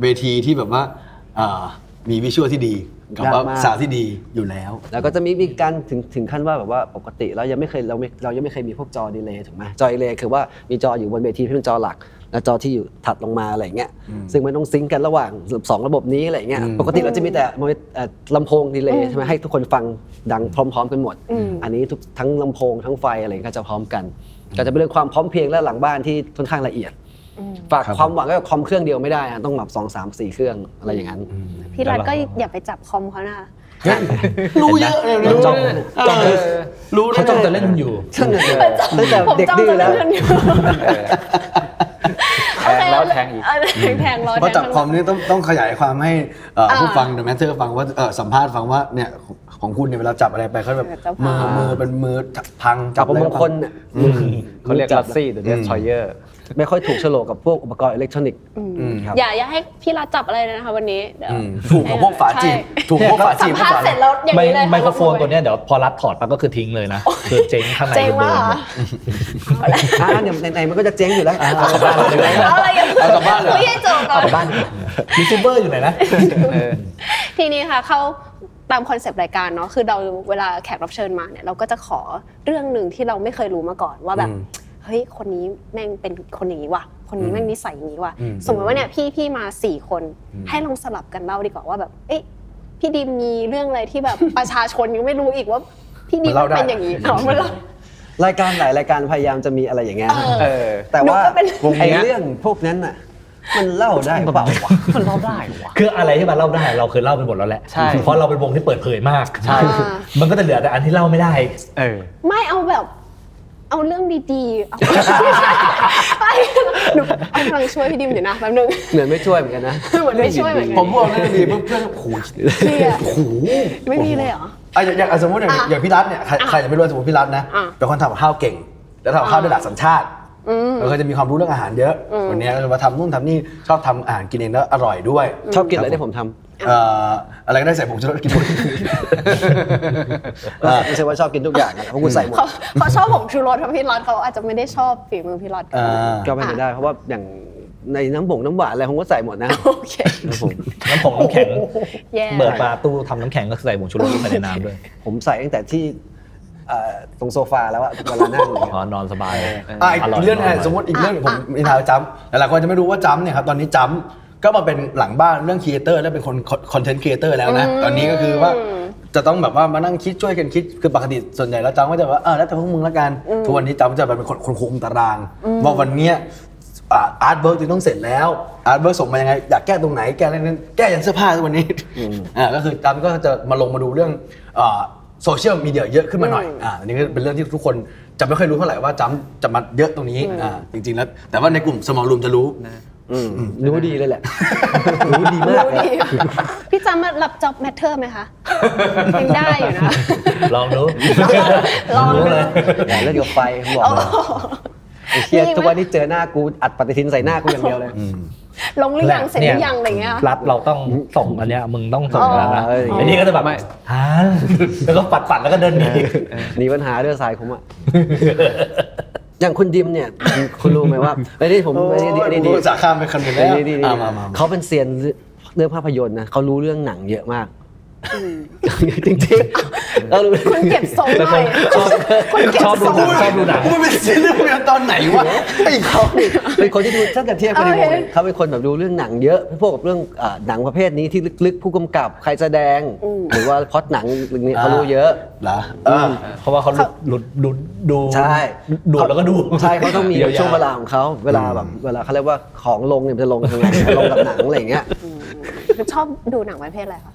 Speaker 2: เวทีที่แบบว่าอ่ามีวิชวลที่ดี กับว่าย
Speaker 4: ากมาก
Speaker 2: สาวที่ดีอยู่แล้ว
Speaker 4: แล้วก็จะมีมีการถึงถึงขั้นว่าแบบว่าปกติเรายังไม่เคยเราไม่เรายังไม่เคยมีพวกจอดีเลย์ถูกไหมจอดีเลย์คือว่ามีจออยู่บนเวทีที่เป็นจอหลัก และจอที่อยู่ถัดลงมาอะไรอย่างเงี้ยซึ่งมันต้องซิงก์กันระหว่างสองระบบนี้อะไรอย่างเงี้ย
Speaker 2: อืม
Speaker 4: ปกติเราจะมีแต่เอ่อลำโพงดีเลย์ใช่ไหมให้ทุกคนฟังดังพร้อม ๆ กันหมด
Speaker 1: อืม
Speaker 4: อันนี้ทุกทั้งลำโพงทั้งไฟอะไรก็จะพร้อมกัน ก็จะเป็นเรื่องความพร้อมเพรียงและหลังบ้านที่ค่อนข้างละเอียด ฝากความหวังไว้กับคอมเครื่องเดียวไม่ได้ฮะต้องแบบสองสามสี่เครื่องอะไรอย่างนั้น
Speaker 1: พี่รัฐก็อย่าไปจับคอมเขานะคะ
Speaker 2: รู้เยอะเลย
Speaker 3: จ้อง
Speaker 2: เออรู้ได้
Speaker 3: เขาจ้องจะเล่นอยู่
Speaker 4: ตั้งแต่ตั้งแต่เด็กดื้อแล้ว
Speaker 1: ผม
Speaker 5: แทงแล้วแทงอีก
Speaker 1: เแทงแล้วแทง
Speaker 2: เพราะจับความนี้ต้องต้องขยายความให้เอ่ออา ผู้ฟังเดอะแมทเทอร์ฟังว่าเอ่อสัมภาษณ์ฟังว่าเนี่ยของของคุณเนี่ยเวลาจับอะไรไปเขาแบบ
Speaker 1: จับพั
Speaker 2: มื
Speaker 1: ง
Speaker 2: อมือเป็นมือพัง
Speaker 4: จับประมงคล
Speaker 2: อะไรก็พั
Speaker 4: น่ะ
Speaker 2: อืม
Speaker 5: เขาเรียกลัสซี่เดี๋ยวเรียกชอยเยอร์
Speaker 4: ไม่ค่อยถูกโฉลกกับพวกอุปกรณ์อิเล็กทรอนิกส์
Speaker 2: อืม
Speaker 4: ครับ
Speaker 1: อย่าอย่าให้พี่รัฐจับอะไรเลยนะคะ วันนี้เดี๋ยว
Speaker 2: อืมถูกกับพวกฝาจีบ
Speaker 1: ใช่
Speaker 2: ถูกกับพวกฝา
Speaker 1: สั
Speaker 2: จี
Speaker 1: ม
Speaker 2: บ
Speaker 1: ภาษณ์เสร็จแล้วอย่าง
Speaker 3: ไม
Speaker 1: นี้เลย
Speaker 3: ไมโครโฟนตัวเนี้ยเดี๋ยวพอรัดถอดปั๊บก็คือทิ้งเลยนะคือเจ๊งข้างใน
Speaker 1: เจ๋ง
Speaker 3: เดิ
Speaker 1: ว่ะ
Speaker 3: มๆ
Speaker 4: อ่าเนี่ยไหนๆมันก็จะเจ๊งอยู่แล้วเอากลับบ้านเลย
Speaker 1: เอาอะไรกัน
Speaker 2: เอากลับบ้านเลย
Speaker 1: ไม่ให้จบก่อน
Speaker 4: บ้าน
Speaker 3: ยูทูบเบอร์อยู่ไหนนะ
Speaker 1: ทีนี้ค่ะเขาตามคอนเซปต์รายการเนาะคือเราเวลาแขกรับเชิญมาเนี่ยเราก็จะขอเรื่องหนึ่งที่เราไม่เคยรู้มาก่อนว่าแบบเฮ้ยคนนี้แม่งเป็นคนอย่างนี้ว่ะคนนี้แม่งนิสัยอย่างนี้ว่ะ
Speaker 2: อืม
Speaker 1: สมมติว่าเนี่ยพี่พี่มาสี่คนให้ลองสลับกันเล่าดีกว่าว่าแบบ เอ๊ะพี่ดิมมีเรื่องอะไรที่แบบ ประชาชนยังไม่รู้อีกว่าพี่ดิม
Speaker 2: มันเล่าได้
Speaker 1: เป็นอย่างนี้เหรอมันเล่ าร
Speaker 4: ายการหลายรายการพยายามจะมีอะไรอย่างเงี้ย
Speaker 1: เออ
Speaker 5: เออ
Speaker 4: แต่ว่า
Speaker 1: หนูก็เป็น
Speaker 4: ไอ้เรื่องพวกนั้นน่ะ มันเล่าได้เปล่าวะ
Speaker 5: มันเล่าได้วะ
Speaker 3: คืออะไรที่มันเล่าได้เราเคยเล่าไปหมดแล้วแหละ
Speaker 5: ใช่
Speaker 3: เพราะเราเป็นวงที่เปิดเผยมาก
Speaker 5: ใช่
Speaker 3: มันก็จะเหลือแต่อันที่เล่าไม่ได้
Speaker 5: เออ
Speaker 1: ไม่เอาแบบ เอาเรื่องดีๆ เอาไม่หนูเอากำลังช่วยพี่ดิมเดี๋ยวนะแป๊บนึง
Speaker 4: เหมือนไม่ช่วยเหมือนกันนะ
Speaker 1: เหมือนไม่ช่วยเหมือนกัน
Speaker 2: ผมพูดเรื่องดีปุ๊บเพื่อนโอ้โหู
Speaker 1: เครียด
Speaker 2: หู
Speaker 1: ไม่มีเลยเหรอ
Speaker 2: อ่ะอย่างอย่างอ่ะสมมติอย่าง
Speaker 1: อ่ะ
Speaker 2: อย่างพี่รัตเนี่ยใคร
Speaker 1: อ่ะ
Speaker 2: ใครจะไม่รู้ว่าสมมติพี่รัตนะ
Speaker 1: อ่ะ
Speaker 2: เป็นคนทำกับข้าวเก่ง แล้วทำกับข้าว
Speaker 1: อ่ะ
Speaker 2: ได้หลากสัญชาติ
Speaker 1: อืม
Speaker 2: แล้วก็จะมีความรู้เรื่องอาหารเยอะ วันนี้เรามาทำนู่นทำนี่ชอบทำอาหารกินเองแล้วอร่อยด้วย
Speaker 4: ชอบกินอะไรที่ผมท
Speaker 2: เอ่ออะไรก็ได้ใส่ผงชูรสกินหมด
Speaker 4: ำไม่ใช่ว่าชอบกินทุกอย่างนะเพราะคุณใส่หมด
Speaker 1: เขา เขาชอบผงชูรสเพราะพี่รัตเขาอาจจะไม่ได้ชอบฝีมือพี่รัต
Speaker 2: อ่า
Speaker 4: ก็ไม่ได้เพราะว่าอย่างในน้ำบ่งน้ำหวานอะไรผมก็ใส่หมดนะ
Speaker 1: โอเค
Speaker 4: ครับผม
Speaker 3: น้ำผงน้ำแข็ง
Speaker 1: แย่
Speaker 3: เปิดมาตู้ทำน้ำแข็งก็ใส่ผงชูรสลงไปในน้ำ ด้วย
Speaker 4: ผมใส่ตั้งแต่ที่เอ่อตรงโซฟาแล้วอะเวลานั่งอะไร
Speaker 3: อ๋
Speaker 4: เงี้ย
Speaker 3: อนอนสบาย
Speaker 2: อ่ะอีก
Speaker 3: ร่ย
Speaker 2: เรื่องหนึง
Speaker 3: ย
Speaker 2: สมมติอีกเรื่องหนึ่งผมอินทาวจัมหลายๆคนจะไม่รู้ว่าจัมเนี่ยครับตอนนี้จัมก็มาเป็นหลังบ้านเรื่องครีเอเตอร์และเป็นคนคอนเทนต์ครีเอเตอร์แล้วนะ
Speaker 1: อืม
Speaker 2: ตอนนี้ก็คือว่าจะต้องแบบว่ามานั่งคิดช่วยกันคิดคือปกติส่วนใหญ่แล้วจัมก็จะแบบว่าเออแล้วแต่พวกมึงละกันทุกวันนี้จัมจะเป็นคนคนคุมตาราง ว่าวันเนี้ยอาร์ตเวิร์กจะต้องเสร็จแล้วอาร์ตเวิร์กส่งมายังไงอยากแก้ตรงไหนแก้อะไรนั้นแก้ยันเสื้อผ้าทุกวันนี้อ่าก็คือจัมก็จะมาลงมาดูเรื่องอ่า โซเชียลมีเดียเยอะขึ้นมาหน่อย อ่าอันนี้ก็เป็นเรื่องที่ทุกคนจะไม่ค่อยรู้เท่าไหร่ว่าจำจะมาเยอะตรงนี้ อ่า จริง ๆ แล้ว แต่ว่าในกลุ่ม small room จะรู้
Speaker 4: อืมรู้ดีเลยแหละ รู้ดีมากเลย
Speaker 1: พี่จำมาหลับจ็อบแมทเทอร์ไหมคะยังได้อยู่นะ
Speaker 3: ลองดู
Speaker 1: ลองดู
Speaker 3: รู้เลย
Speaker 4: อย่าเล่นกับไฟผมบอกเลยไอ้เชีย
Speaker 1: มีไหม
Speaker 4: ทุกวันนี้เจอหน้ากูอัดปฏิทินใส่หน้ากูอย่างเดียวเลย
Speaker 1: ลงหรือยังเสร็จหรือยังอะไรเงี้ย
Speaker 3: รับเราต้องส่งอันเนี้ยมึงต้องส่งแล้วนะ
Speaker 4: อ๋อ
Speaker 3: ไอ้นี่ก็จะแบบ
Speaker 5: ไม่
Speaker 3: ฮะแล้วก็ปัดปัดๆแล้วก็เดินหนี
Speaker 4: หนีปัญหาเรื่องสายผมอะอย่างคุณดิมเนี่ย คุณรู้ไหมว่าไอ้นี่ผมไอ้นี่ไอ้นี่ดี
Speaker 2: โอ้ยจะข้ามไปคนหนึ่งแล้ว
Speaker 4: ไอ้นี่ดี
Speaker 2: อ่ะมามามา
Speaker 4: เขาเป็นเซียนเรื่องภาพยนตร์นะเขารู้เรื่องหนังเยอะมาก จริงๆ เรารู้
Speaker 1: คุณเก็บทรงหน่อยคุณเก็บ
Speaker 3: ชอบ
Speaker 1: ท
Speaker 3: ดู
Speaker 1: รง
Speaker 3: หนังชอบดูหนัง
Speaker 2: มันเป็นซีรีส์เรื่องตอนไหนวะไอ้เขา
Speaker 4: เป็นคนที่ดูถ้าเกิดเทียบกันในวงเนี่ยเขาเป็นคนแบบดูเรื่องหนังเยอะพวกกับเรื่องอ่าหนังประเภทนี้ที่ลึกๆ ผู้กำกับใครแสดง หรือว่าพล็อดหนังเรื่องนี้เขารู้เยอะ
Speaker 2: เหรอเออ
Speaker 3: เพราะว่าเขาหลุดหลุดดู
Speaker 4: ใช่
Speaker 3: ดูดแล้วก็ดู
Speaker 4: ใช่เขาต้องมี
Speaker 3: ยียย
Speaker 4: ช่วงเวลาของเขาเวลาแบบเวลาเขาเรียกว่าของลงเนี่ยมันจะลงยังไงลงกับหนังอะไรอย่างเงี้ย
Speaker 1: คุณชอบดูหนังประเภทอะไรคะ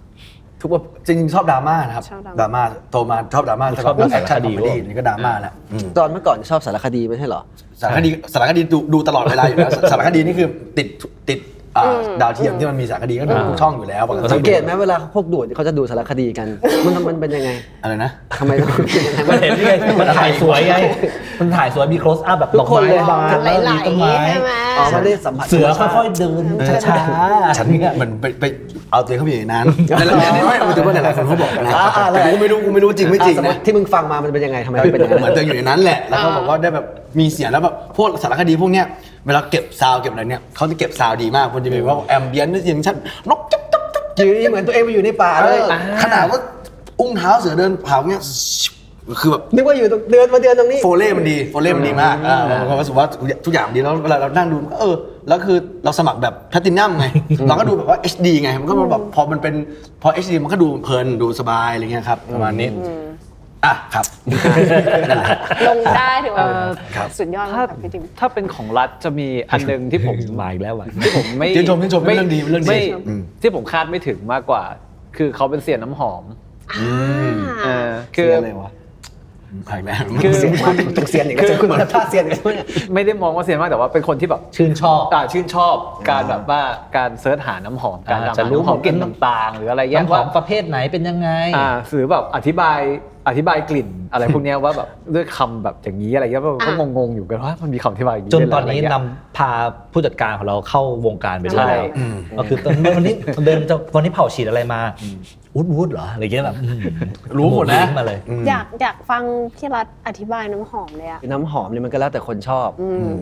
Speaker 2: ทุกว่าจริงๆชอบดราม่านะครับ
Speaker 1: ชอบ
Speaker 2: ด
Speaker 1: ด
Speaker 2: รา
Speaker 1: รา
Speaker 2: ม่า
Speaker 1: ม่า
Speaker 2: โตมาชอบดราม่า
Speaker 3: ชอบดู
Speaker 2: แอ
Speaker 3: สา
Speaker 2: ค
Speaker 3: ร
Speaker 2: ชั่นค
Speaker 3: คดี
Speaker 2: อม
Speaker 3: ด้วย
Speaker 2: ดี้นี่ก็ดราม่าแหละอืม
Speaker 4: ตอนเมื่อก่อนชอบสารคดีไม่ใช่เหรอ
Speaker 2: สารคดีสารคดีดูดูตลอดเวลาอยู่แล้ว สารคดีนี่คือติดติดอ่าดาวเทียมที่มันมีสารคดีก็ดูทุกช่องอยู่แล้วปก
Speaker 4: สังเก
Speaker 2: ติ
Speaker 4: ตไหมเวลาพวกดูดเขาจะดูสารคดีกัน มันมันเป็นยังไง
Speaker 2: อะไรนะ
Speaker 4: ทำไมต้องเป็นอย่างนั้น
Speaker 3: มันเห็นนี่ไงมันถ่ายสวยไงมันถ่ายสวยมี close up แบบดอก
Speaker 4: ทุกคน
Speaker 3: ไม้
Speaker 4: เลย
Speaker 3: บาน
Speaker 1: ห
Speaker 3: แล้ว
Speaker 1: ลาย
Speaker 3: มีต้น
Speaker 1: ๆ
Speaker 3: ไม้
Speaker 1: ใช่ไหม
Speaker 4: อ๋อมันได้สัมผัส
Speaker 3: เสือค่อยๆเดินช้าๆ
Speaker 2: ฉันเหมือนไปไปเอาตัวเองเข้าไปอยู่ในนั้นแต่ละไม่ไม่ถือว่าหลายๆคนเขาบอกนะแต่กูก็ไม่รู้กูไม่รู้จริงไม่จริง
Speaker 4: อ่ะสมม
Speaker 2: นะ
Speaker 4: ติที่มึงฟังมามันเป็นยังไงทำไมมันเป็นอย่าง
Speaker 2: เหมื
Speaker 4: นั้
Speaker 2: อน
Speaker 4: น
Speaker 2: ตัวเองอยู่ในนั้นแหละ แล้วเขาบอกว่าได้แบบมีเสียงแล้วแบบพวกสารคดีพวกเนี้ยเวลาเก็บซาวด์เก็บอะไรเนี่ยเขาจะเก็บซาวด์ดีมากมันจะมีว่าแอมเบียนได้ยินชัดนกจับจับจับ
Speaker 4: อยู่ดีๆเหมือนตัวเองไปอยู่ในป่า
Speaker 2: เอ
Speaker 4: เลย
Speaker 2: อขนาดว่าอุ้งเท้าเสือเดินเผาเนี่ยคือแบบ
Speaker 4: นึกว่าอยู่ตรงเดินมาเดินตรงนี้
Speaker 2: โฟเล่มันดีโฟเล่มันดีมากอ่าเราก็รู้สึกว่าทุกอย่างดีแล้วเวลาเรานั่งดูมันก็เออแล้วคือเราสมัครแบบแพลตินัมไงเราก็ดูแบบว่า HD ไงมันก็แบบพอมันเป็นพอ HD มันก็ดูเพลินดูสบายอะไรเงี้ยครับประมาณนี้อ่ะ ครับ
Speaker 1: ลงได้ถือว่า
Speaker 5: เอ่อ
Speaker 1: สุดยอดมา
Speaker 5: ถ้าก
Speaker 1: ค่ะพี่ติม
Speaker 5: ถ้าเป็นของรัฐจะมีอันหนึ่งที่ผม
Speaker 3: มาอีกแล้วอ่ะ
Speaker 5: ที่ผมไม่
Speaker 2: ชื่นชมชื่นชมเป็นเรื่องดีเป็นเรื่องดี
Speaker 5: ไม่
Speaker 2: อืม
Speaker 5: ที่ผมคาดไม่ถึงมากกว่า คือเขาเป็นเสียน้ำหอม
Speaker 2: อืม
Speaker 5: เออ
Speaker 2: คื
Speaker 5: คือ อ
Speaker 2: อะไรวะหายแล้ว
Speaker 5: คือ
Speaker 4: เสียงมากเป็นเสียงอีกแล้วจะขึ้นมาท่าเสียงอีกแล้วเนี่ย
Speaker 5: ไม่ได้มองว่าเสียมากแต่ว่าเป็นคนที่แบบ
Speaker 3: ชื่นชอบ
Speaker 5: อ่าชื่นชอบการแบบว่าการเสิร์ชหาน้ำหอมการ
Speaker 3: อ่า
Speaker 5: จะ
Speaker 3: จะรู้
Speaker 5: รู้ำหอมกลิ่นต่างๆ หรืออะไรเงี้ย
Speaker 3: น้ำหอม
Speaker 5: ว่า
Speaker 3: ประเภทไหนเป็นยังไง
Speaker 5: อ่าหรือแบบอธิบายอธิบายกลิ่นอะไรพวกเนี้ยว่าแบบด้วยคำแบบอย่างนี้อะไรเงี้ยว่าก็งงๆอยู่กันว่ามันมีคำอธิบายอย่างนี้
Speaker 3: จน
Speaker 5: ด้วยเหร
Speaker 3: ตอนนี้
Speaker 5: ะไร
Speaker 3: นำ
Speaker 5: เงี้ย
Speaker 3: พาผู้จัดการของเราเข้าวงการไปด้ว
Speaker 5: ใช่
Speaker 3: ยแล้วก็คือตอนวันนี้เดินจะวันนี้เผาฉีดอะไรมาอูดวูดเหรออะไรเงี้ยแบบอืม
Speaker 2: รู้หมดนะ
Speaker 3: ลิงก์มาเลย
Speaker 2: ม
Speaker 1: อยากอยากฟังพี่รัฐอธิบายน้ำหอมเลยอะ
Speaker 4: น้ำหอมเนี่ยมันก็แล้วแต่คนชอบ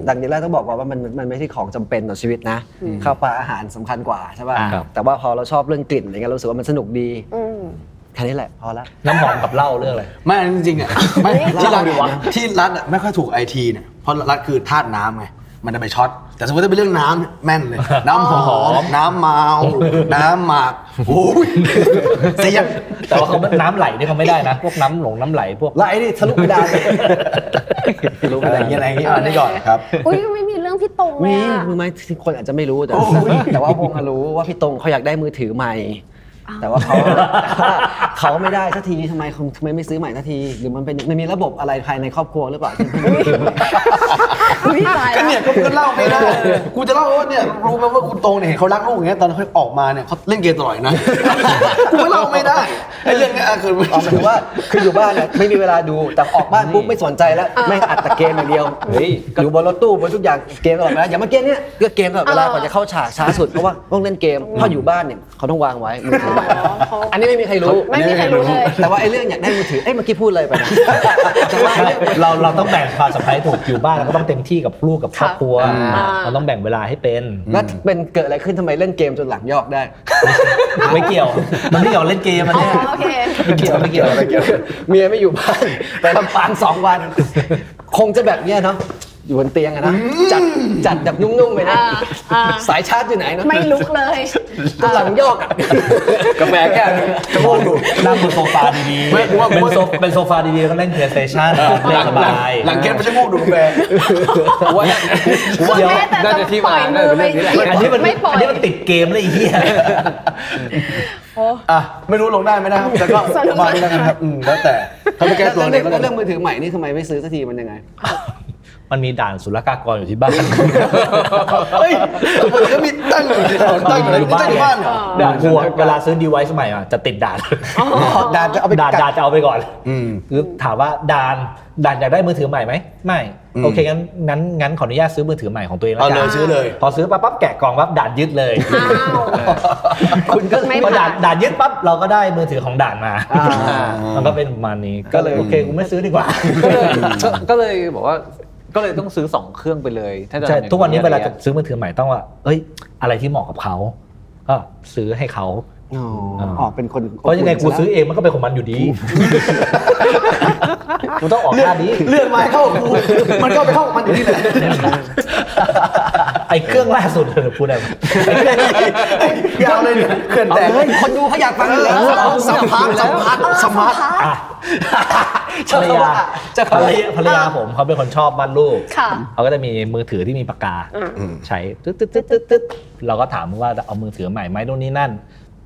Speaker 4: ดังนี้แรกต้องบอกก่อนว่ามันมันไม่ใช่ของจำเป็นต่อชีวิตนะ ข้าวปลาอาหารสำคัญกว่าใช่ป่ะ
Speaker 3: ครับ
Speaker 4: แต่ว่าพอเราชอบเรื่องกลิ่นอะไรเงี้ยเรารู้สึกว่ามันสนุกดี
Speaker 1: อืม
Speaker 4: แค่นี้แหละพอละ
Speaker 3: น้ำหอมกับเหล้าเรื่องอะไร
Speaker 2: ไม่อันนี้จริง ๆอ่ะไม่
Speaker 4: เฮ้ย
Speaker 2: ที่รัฐ
Speaker 4: เล่าดิวะ
Speaker 2: ที่รัฐอะไม่ค่อยถูกไอทีเนี่ยเพราะรัฐคือธาตุน้ำไงมันจะไปช็อตแต่สมมติถ้าเป็นเรื่องน้ำเนี่ยแม่น เลย น้ำหอม น้ำเมา น้ำหมากโอ้ยเสียง
Speaker 3: แต่ว่าเขาน้ำไหลนี่เขาไม่ได้นะ พวกน้ำหลงน้ำไหลพวก
Speaker 4: ไล่ดิทะลุไปดานเลย
Speaker 2: รู้อะไรอย่างเงี้ยอะไรอย่างเงี้ยอันนี้ก่อนครับ
Speaker 1: อุ้ยไม่มีเรื่องพี่ตรงเล
Speaker 4: มี
Speaker 1: ยอะ
Speaker 4: มือไหมที่คนอาจจะไม่รู้แต่แต่ว่าพงอะรู้ว่าพี่ตรงเขาอยากได้มือถือใหม่ แต่ว่าเขาเขาไม่ได้สักทีทำไมคุณทำไมไม่ซื้อใหม่สักทีหรือมันเป็นมันมีระบบอะไรภายในครอบครัวหรือเปล่าที่ไม่รู้
Speaker 1: อุ๊ยตาย
Speaker 2: ก็
Speaker 1: แล้ว
Speaker 2: เนี่ยก็ก็เล่าไม่ได้กูจะเล่าว่าเนี่ยรู้ไหมว่าคุณโตเนี่ยเห็นเขารักลูกอย่างเงี้ยตอนเขาออกมาเนี่ยเขาเล่นเกมตลอดนะ กูก็เล่าไม่ได้ไอ้เรื่องเนี้ยอ่ะคือ
Speaker 4: อ๋อหมายถึงว่าคืออยู่บ้านเนี่ยไม่มีเวลาดูแต่ออกบ้านปุ๊บไม่สนใจแล้ว ไม่อัดแต่เกมอย่างเดียว
Speaker 5: เฮ้ย
Speaker 4: อยู่บนรถตู้บนทุกอย่างเกมตลอดเวลาอย่างเมื่อกี้เนี่ยก็เกมตลอดเวลาก่อนจะเข้าฉากช้าสุดเพราะว่าต้องเล่นเกมถ้าอยู่บ้านเนี่ยเขาต้องวางไว้มือถือ
Speaker 1: อ๋อเขา
Speaker 4: อันนี้ไม่มีใครรู้
Speaker 1: ไม่มีใครรู้เลย
Speaker 4: แต่ว่าไอ้เรื่องอยากได้มือถือ เอ้ยเมื่อกี้พูดอะไร ไปนะ แต่ว่าไอ้เรื่อง
Speaker 3: เราเราต้องแบ่งความสำคัญให้ถูกอยู่บ้านเราก็ต้องเต็มที่กับลูกกับครอบครัว
Speaker 1: ค่ะ
Speaker 3: เราต้องแบ่งเวลาให้เป็น
Speaker 4: แล้วเป็นเกิดอะไรขึ้นทำไมเล่นเกมจนหลังยอกได้
Speaker 3: ไม่เกี่ยว มันไม่เกี่ยวเล่นเกมมัน
Speaker 1: อ๋อ
Speaker 3: แน่ย
Speaker 1: โอเค
Speaker 3: ไม่เกี่ยวไม่เกี่ยวไม่เกี่ยว
Speaker 4: เมียไม่อยู่บ้านไปลำปางสองวัน คงจะแบบเนี้ยเนาะอยู่บนเตียงอะนะจัดจัดแบบนุ่มๆไปนะ
Speaker 1: อ่าอ่า
Speaker 4: สายชาร์จอยู่ไหนเนาะ
Speaker 1: ไม่ลุกเลย
Speaker 4: จนหลังยอกอะ
Speaker 2: กาแฟแก้วนึงจะพูดอยู่
Speaker 3: นั่งบนโซฟาดีๆ
Speaker 2: ไม่กูว่ากู
Speaker 3: เป็น
Speaker 2: ว่า
Speaker 3: โซฟเป็นโซฟาดีๆแล้วก็เล่น PlayStation
Speaker 2: ห
Speaker 3: เล่
Speaker 2: ลั
Speaker 3: น
Speaker 2: ง
Speaker 3: สบาย
Speaker 2: หลังเกมไม่ใช่งูดูกาแฟ
Speaker 5: ว่าว่า
Speaker 1: แม้แต่
Speaker 5: น่า
Speaker 1: จะ
Speaker 5: จะที่
Speaker 1: ปล่อ
Speaker 5: มา
Speaker 1: ยมื
Speaker 5: น่า
Speaker 1: อ
Speaker 5: จะ
Speaker 1: ไป
Speaker 5: เรื่องนี้แหละ
Speaker 3: อันนี้มัน
Speaker 1: ไม่ปล่อย
Speaker 3: อันนี้มันติดเกมเลยไอ้เหี้ย
Speaker 2: อ่ะไม่รู้ลงได้ไหมนะครับแต่ก็ประมาณนี้แล้วกันครับอืมแล้วแต่ถ้าไม่แก้ตัว
Speaker 4: เรื่
Speaker 2: เนี่ย
Speaker 4: อง
Speaker 2: แล้วกั
Speaker 4: เรื่อน งมือถือใหม่นี่ทำไมไม่ซื้อสักทีมันยังไง
Speaker 3: มันมีด่านศุลกากรอยู่ที่บ้าน
Speaker 2: เฮ้ยตัวมันก็มีตั้งอยู่ที่ถนนตั้งอยู่ใน
Speaker 3: อยู่บ้าน
Speaker 2: ตั้งอยู่บ้านเหรอ
Speaker 3: ด่านกลัวเวลาซื้อดีไวซ์ใหม่อ่ะจะติดด่าน
Speaker 2: ดานจะเอาไป
Speaker 3: ด่าน
Speaker 2: กั
Speaker 3: ด่าน
Speaker 2: ด
Speaker 3: จะเอาไปก่อน
Speaker 2: อืม
Speaker 3: คือถามว่าด่านด่านอยากได้มือถือใหม่ไหมไม่
Speaker 2: อืม
Speaker 3: โอเคงั้นงั้นงั้นขออนุญาตซื้อมือถือใหม่ของตัวเองแล้
Speaker 2: เอา
Speaker 3: วกั
Speaker 2: เลย
Speaker 3: น
Speaker 2: ซื้อเลย
Speaker 3: พอซื้อปั๊บปั๊บแกะกล่องปั๊บด่านยึดเลย
Speaker 1: อ้าว
Speaker 3: คุณก็
Speaker 1: ไม่
Speaker 3: พอ
Speaker 1: ผ่า
Speaker 3: ด่าน นด่านยึดปั๊บเราก็ได้มือถือของด่านมา
Speaker 4: อ่า
Speaker 3: มันก็เป็นประมาณนี้ก็เลยโอเคกูไม่ซื้อดีกว่า
Speaker 5: ก็เลย ก็เลยบอกว่าก็เลยต้องซื้อสองเครื่องไปเลยถ้าจะ
Speaker 3: ใช่
Speaker 5: ทำอย่าง
Speaker 3: ทุกวันนี้เวลาจะซื้อมือถือใหม่ต้องว่า เอ้ย อะไรที่เหมาะกับเขา ก็ ก็ซื้อให้เขา
Speaker 4: อ๋อ
Speaker 3: อ่า
Speaker 4: ออกเป็นคน
Speaker 3: เพราะยังไงกูซื้อเองมันก็เป็นของมันอยู่ดี กูต้องออกหน้ านี้
Speaker 2: เลือดไม้เข้ากูมันก็ไปเข้ากับมันอยู่นี่แหละ
Speaker 3: ไอ้เครื่องล่าสุดเธอพูดได้ไหม
Speaker 2: ยาวเลยเนี่ยเขื่อนแตก
Speaker 4: เฮ้ยคนดูเขาอยากฟังอยู่แล้ว
Speaker 2: สัมภาษณ์สัมภาษณ์สัมภาษณ์
Speaker 3: อ่ะ
Speaker 2: ช
Speaker 3: ภ
Speaker 2: อบ
Speaker 3: รรยา
Speaker 2: ว่าจะ
Speaker 3: ภรรยาภรรยาผมเขาเป็นคนชอบวาดรูป
Speaker 1: ค่ะ
Speaker 3: เขาก็จะมีมือถือที่มีปากกา
Speaker 1: อืม
Speaker 3: ใช้ตึ๊ดตึ๊ดตึ๊ดตึ๊ดตึ๊ดเราก็ถามว่าเอามือถือใหม่ไหมโน่นนี่นั่น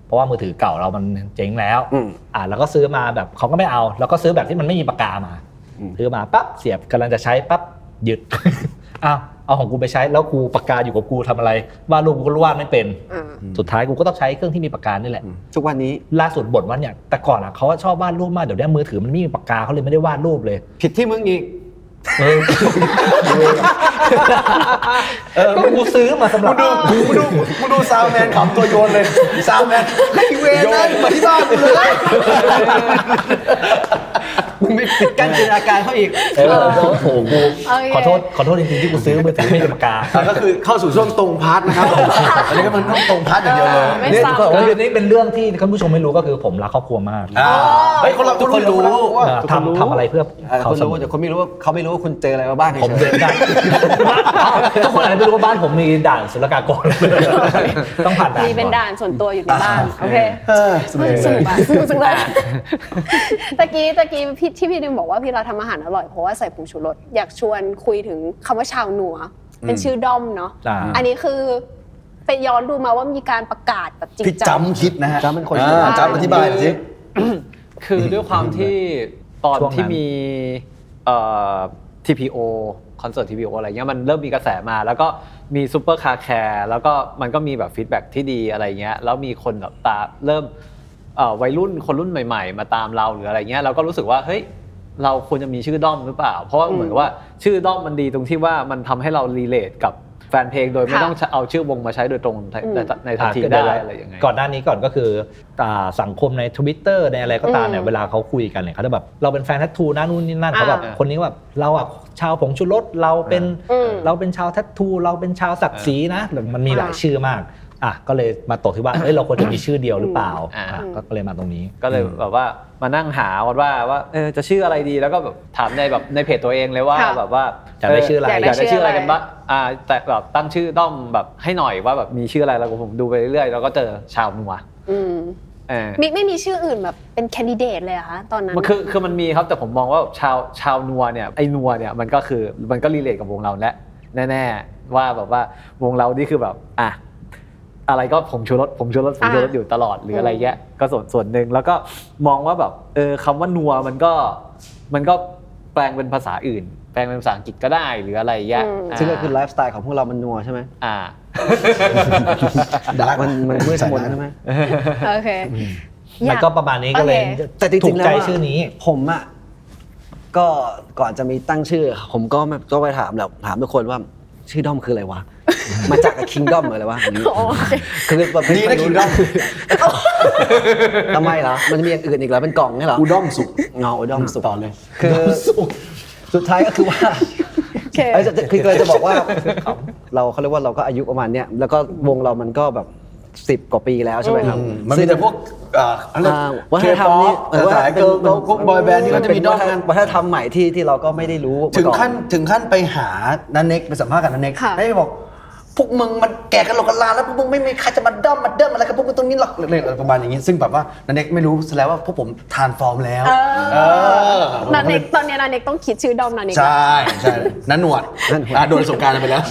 Speaker 3: เพราะว่ามือถือเก่าเรามันเจ๊งแล้ว อ่าแล้วก็ซื้อมาแบบเขาก็ไม่เอา แล้วก็ซื้อแบบที่มันไม่มีปากกามา ซื้อมาปั๊บเสียบกำลังจะใช้ปั๊บหยุด อ้าวเอาของกูไปใช้แล้วกูปากกาอยู่กับกูทำอะไรวาดรูปกูก็วาดไม่เป็น
Speaker 1: อ่า
Speaker 3: สุดท้ายกูก็ต้องใช้เครื่องที่มีปากกานี่แหละ
Speaker 4: ทุกวันนี้
Speaker 3: ล่าสุดบ่นว่าเนี่ยแต่ก่อนอ่ะเขาว่าชอบวาดรูปมากเดี๋ยวเนี้ยมือถือมันไม่มีปากกาเขาเลยไม่ได้วาดรูปเลย
Speaker 4: ผิดที่มึงอีก
Speaker 3: เออ เออ กูซื้อมาสำหรับ
Speaker 2: มึงดูมึงดูซาวแมนขำตัวโยนเลยซาวแมนไอ้เวรนั่นมาที่บ้านกูเลยมึงไม่ปิดกั้นจินตนาการเขาอีก
Speaker 3: เออโอ้โหกู
Speaker 1: โอเค
Speaker 3: ขอโทษขอโทษจริงๆที่กูซื้อมือถือไม่มีปากกา
Speaker 2: ก็คือเข้าสู่ช่วงตรงพาร์ทนะครับอันนี้ก็มันต้องตรงพาร์ทอย่างเดียวเลย
Speaker 1: ไม่
Speaker 3: นี่
Speaker 1: ทราบ
Speaker 3: ก็คือนี่เป็นเรื่องที่ท่านผู้ชมไม่รู้ก็คือผมรักครอบครัวมาก
Speaker 2: อ่าเฮ้ยคนเราทุกคนรู้
Speaker 3: เออ
Speaker 4: ทุกคนรู้
Speaker 3: ทำทำอะไรเพื่อเขา
Speaker 4: คน
Speaker 3: เสม
Speaker 4: รู้
Speaker 3: อ
Speaker 4: แต่คนไม่รู้ว่าเขาไม่รู้ว่าคุณเจออะไรมาบ้าง
Speaker 3: ผม
Speaker 4: เฉ
Speaker 3: เดิ
Speaker 4: ย
Speaker 3: นได้ทุกคนอาจจะไม่รู้ว่าบ้านผมมีด่านศุลกาก ร ต้องผ่านด่าน
Speaker 1: มีเป็น
Speaker 3: ก่อ
Speaker 1: ด่านส่วนตัวอยู่ในบ้านโอเค
Speaker 2: เออ
Speaker 1: สนุกอะสนุกจังเลยตะกี้ตะกี้พี่ที่พี่ดึงบอกว่าพี่เราทำอาหารอร่อยเพราะว่าใส่ผงชูรสอยากชวนคุยถึงคำว่าชาวหนัว เป็นชื่อด้อมเนาะ
Speaker 3: อ่า
Speaker 1: อันนี้คือไปย้อนดูมาว่ามีการประกาศแบบจริง
Speaker 2: พี่
Speaker 1: จัง
Speaker 2: จำคิดนะฮะ
Speaker 4: ๆจ้ามันคน
Speaker 2: อ่าจำอธิบายหน่อยสิ
Speaker 5: คือด้วยความที่ตอน
Speaker 3: ช่วงนั้น
Speaker 5: ที่มีเอ่อ TPO คอนเสิร์ต TPO อะไรเงี้ยมันเริ่มมีกระแสมา แล้วก็มีซูเปอร์คาร์แคร์แล้วก็มันก็มีแบบฟีดแบ็กที่ดีอะไรเงี้ยแล้วมีคนแบบตามเริ่มเอ่อวัยรุ่นคนรุ่นใหม่ ๆ มาตามเราหรืออะไรเงี้ยเราก็รู้สึกว่าเฮ้ยเราควรจะมีชื่อด้อมหรือเปล่า เพราะว่าเหมือนกับว่าชื่อด้อมมันดีตรงที่ว่ามันทำให้เรารีเลทกับแฟนเพลงโดยไม่
Speaker 1: ค่ะ
Speaker 5: ต้องเอาชื่อวงมาใช้โดยตรงในในในทันที
Speaker 3: ก็
Speaker 5: ได้
Speaker 3: เยว
Speaker 5: อะไรอย่างเงี้ย
Speaker 3: ก่อนหน้านี้ก่อนก็คืออ่าสังคมใน Twitter ในอะไรก็ตามเนี่ยเวลาเขาคุยกันเนี่ยเขาจะแบบเราเป็นแฟนแทัตทูนะนู่นนี่นั่น
Speaker 1: อ่า
Speaker 3: เขาแบบคนนี้แบบเราอ่ะชาวผงชูรสเราเป็น
Speaker 1: อืม
Speaker 3: เราเป็นชาวแทัตทูเราเป็นชาวศักดิ์ศรีนะหรือมันมีหลาย
Speaker 1: อ่า
Speaker 3: ชื่อมากอ่ะก็เลยมาตกที่ว่าเอ้ยเราควรจะมีชื่อเดียวหรือเปล่า
Speaker 5: อ่า
Speaker 3: อ่ะก็ก็เลยมาตรงนี้
Speaker 5: ก็เลยแบบว่ามานั่งหาว่าว่าว่าเออจะชื่ออะไรดีแล้วก็แบบถามในแบบในเพจตัวเองเลยว่า
Speaker 1: ค่ะ
Speaker 5: แบบว่า
Speaker 3: อยากได้ชื่ออะไร
Speaker 5: เอยากได้ชื่ออะไรกันบ้างอ่าแต่แบบตั้งชื่อด้อมแบบให้หน่อยว่าแบบมีชื่ออะไรแล้วก็ผมดูไปเรื่อยๆแล้วก็เจอชาวนัว
Speaker 1: อืม
Speaker 5: เออ
Speaker 1: มีไม่มีชื่ออื่นแบบเป็นแคนดิเดตเลยเหรอคะตอนนั้น
Speaker 5: มันคือคือมันมีครับแต่ผมมองว่าชาวชาวนัวเนี่ยไอ้นัวเนี่ยมันก็คือมันก็รีเลทกับวงเราและแน่ ๆ ว่าแบบว่าวงเรานี่คือแบบอ่ะอะไรก็ผมชูรสผมชูรสผมชูรสอยู่ตลอดหรืออะไรเงี้ยก็ส่วนส่วนหนึ่งแล้วก็มองว่าแบบเออคำว่านัวมันก็มันก็แปลงเป็นภาษาอื่น แปลงเป็นภาษาอังกฤษก็ได้หรืออะไรเงี้ยา
Speaker 4: ซึ่งก็คือไลฟ์สไตล์ของพวกเรามันนัวใช่ไหม
Speaker 5: อ่า
Speaker 4: มันมันมืดมนใช่ไหม
Speaker 1: โอเคอ
Speaker 3: มั
Speaker 1: ยาน ก
Speaker 3: ก็ประมาณนี้ก็เลย
Speaker 1: โอเค
Speaker 4: แต่จริ
Speaker 3: ถู
Speaker 4: ง
Speaker 3: ก
Speaker 4: ๆแล้ว
Speaker 3: ใจ
Speaker 4: อะ
Speaker 3: ชื่อนี้
Speaker 4: ผมอ่ะก็ก่อนจะมีตั้งชื่อ ผมก็ไม่ก็ไปถามแหล้วถามทุกคนว่าชื่อด้อมคืออะไรวะ มาจากคิงด้อมอะไรวะอย่างงี้
Speaker 1: โอเค
Speaker 4: คือแบบ
Speaker 2: นี่นะ Kingdom
Speaker 4: ทำไมล่ะมันมีอย่างอื่นอีกเหรอเป็นกล่องนี่เหรอ
Speaker 2: อุด้อมสุก
Speaker 4: เงาอุด้อมสุก
Speaker 2: ต่อเลย
Speaker 4: คือสุดท้ายก็ คือว่า
Speaker 1: โอเค
Speaker 4: เอ้ยจะจะคือเลยจะบอกว่า เราเขาเรียกว่าเราก็อายุประมาณเนี้ยแล้วก็วงเรามันก็แบบสิบ10 กว่าปีแล้วใช่ไหมครับ
Speaker 2: มันมีแต่พวกเอ่ออะไร
Speaker 4: อ่าวัฒนธรรมนี่
Speaker 2: เคป๊อปสายเกิร์ลกรุ๊ปพวกบอยแบนด์ที่เขาจะมีด้อมกัน
Speaker 4: วัฒนธรรมใหม่ที่ที่เราก็ไม่ได้รู้
Speaker 2: ถึง
Speaker 4: มาก่อ
Speaker 2: ขั้นถึงขั้นไปหานันเน็กไปสัมภาษณ์กับนันเน็ก
Speaker 1: ค่ะ
Speaker 2: ให้บอก พวกมึงมันแก่กันหลอกกันลาแล้วพวกมึงไม่มีใครจะมาด้อมมาเดิมอะไรกับพวกมึงตรงนี้หรอกเลยอะไรประมาณอย่างนี้ ซึ่งแบบว่านันเน็กไม่รู้ซะแล้วว่าพวกผมทานฟอร์มแล้ว
Speaker 1: เออ
Speaker 2: เออ
Speaker 1: นาเนกตอนเนี้ยนาเนกต้องคิดชื่อด้อมนาเนก
Speaker 2: ใช่ใช่นันหนวด
Speaker 4: นันหนวด
Speaker 2: อ่ะโดนประสบการณ์ไปแล้ว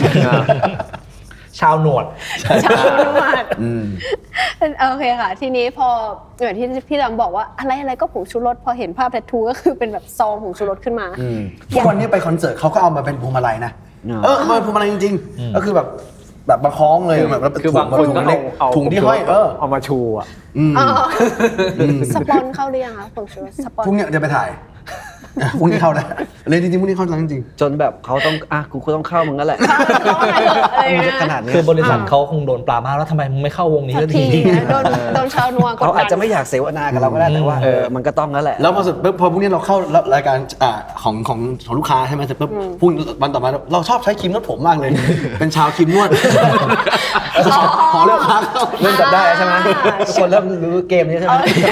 Speaker 3: ชาวหนวด
Speaker 1: ชาวหนวด
Speaker 2: อืม
Speaker 1: โอเคค่ะ ทีนี้พออย่างที่พี่ดำบอกว่าอะไรอะไรก็ผงชูรสพอเห็นภาพแททูก็คือเป็นแบบซองผงชูรสขึ้นมา
Speaker 2: อืมทุกวันนี้ไปคอนเสิร์ตเขาก็เอามาเป็นพวงมาลัยนะ
Speaker 4: อ่า
Speaker 2: เออเอามาเป็นพวงมาลัยจริงๆ ก็คือแบบแบบมาคล้องเลยแบบแล้ว
Speaker 5: คือบางคน
Speaker 2: ถุ
Speaker 5: ก็
Speaker 2: มั
Speaker 5: เอา
Speaker 2: เล็ก
Speaker 5: เอา
Speaker 2: ถุงที่ห้อยเออ
Speaker 5: เอามา ชูอ่ะ
Speaker 2: อืม
Speaker 1: อ๋อสปอนเข้าหรือยังคะผงชูรสสปอน
Speaker 2: พรุ่งเนี้ยจะไปถ่าย พรุ่งนี้เข้าแล้วเลยจริงๆพรุ่งนี้เข้าแล้วจริง
Speaker 4: จนแบบเขาต้องอ่ะกูก็ต้องเข้ามึงแล้วแหละ
Speaker 1: อะไร
Speaker 4: มันจะข
Speaker 1: นะ
Speaker 4: นาดเนี้ย
Speaker 3: คือบริษัทเขาคงโดนปลามากแล้วทำไมมึงไม่เข้าวงนี้
Speaker 1: สั
Speaker 3: สั
Speaker 1: ก
Speaker 3: ก
Speaker 1: ที
Speaker 3: ที
Speaker 1: นะโดนโดนชาวนัวกด
Speaker 4: เขา
Speaker 1: ดั
Speaker 4: อาจ
Speaker 1: น
Speaker 4: จะไม่อยากเสวนากับเราก็ได้แต่ว่าเออมันก็ต้องแล้วแหละ
Speaker 2: ๆแล้วพอเสร็จปุ๊บพอพรุ่งนี้เราเข้ารายการอ่าของของของลูกค้าใช่ไหมเสร็จปุ๊บพรุ่งนี้วันต่อมาเราชอบใช้ครีมนวดผมมากเลย เป็นชาวครีมนวดขอเรื่องค้าเข้า
Speaker 4: เริ่มจับได้แล้วใช่ไหมคนเริ่มรู้เกมนี้ใช่ไหม
Speaker 1: โอเค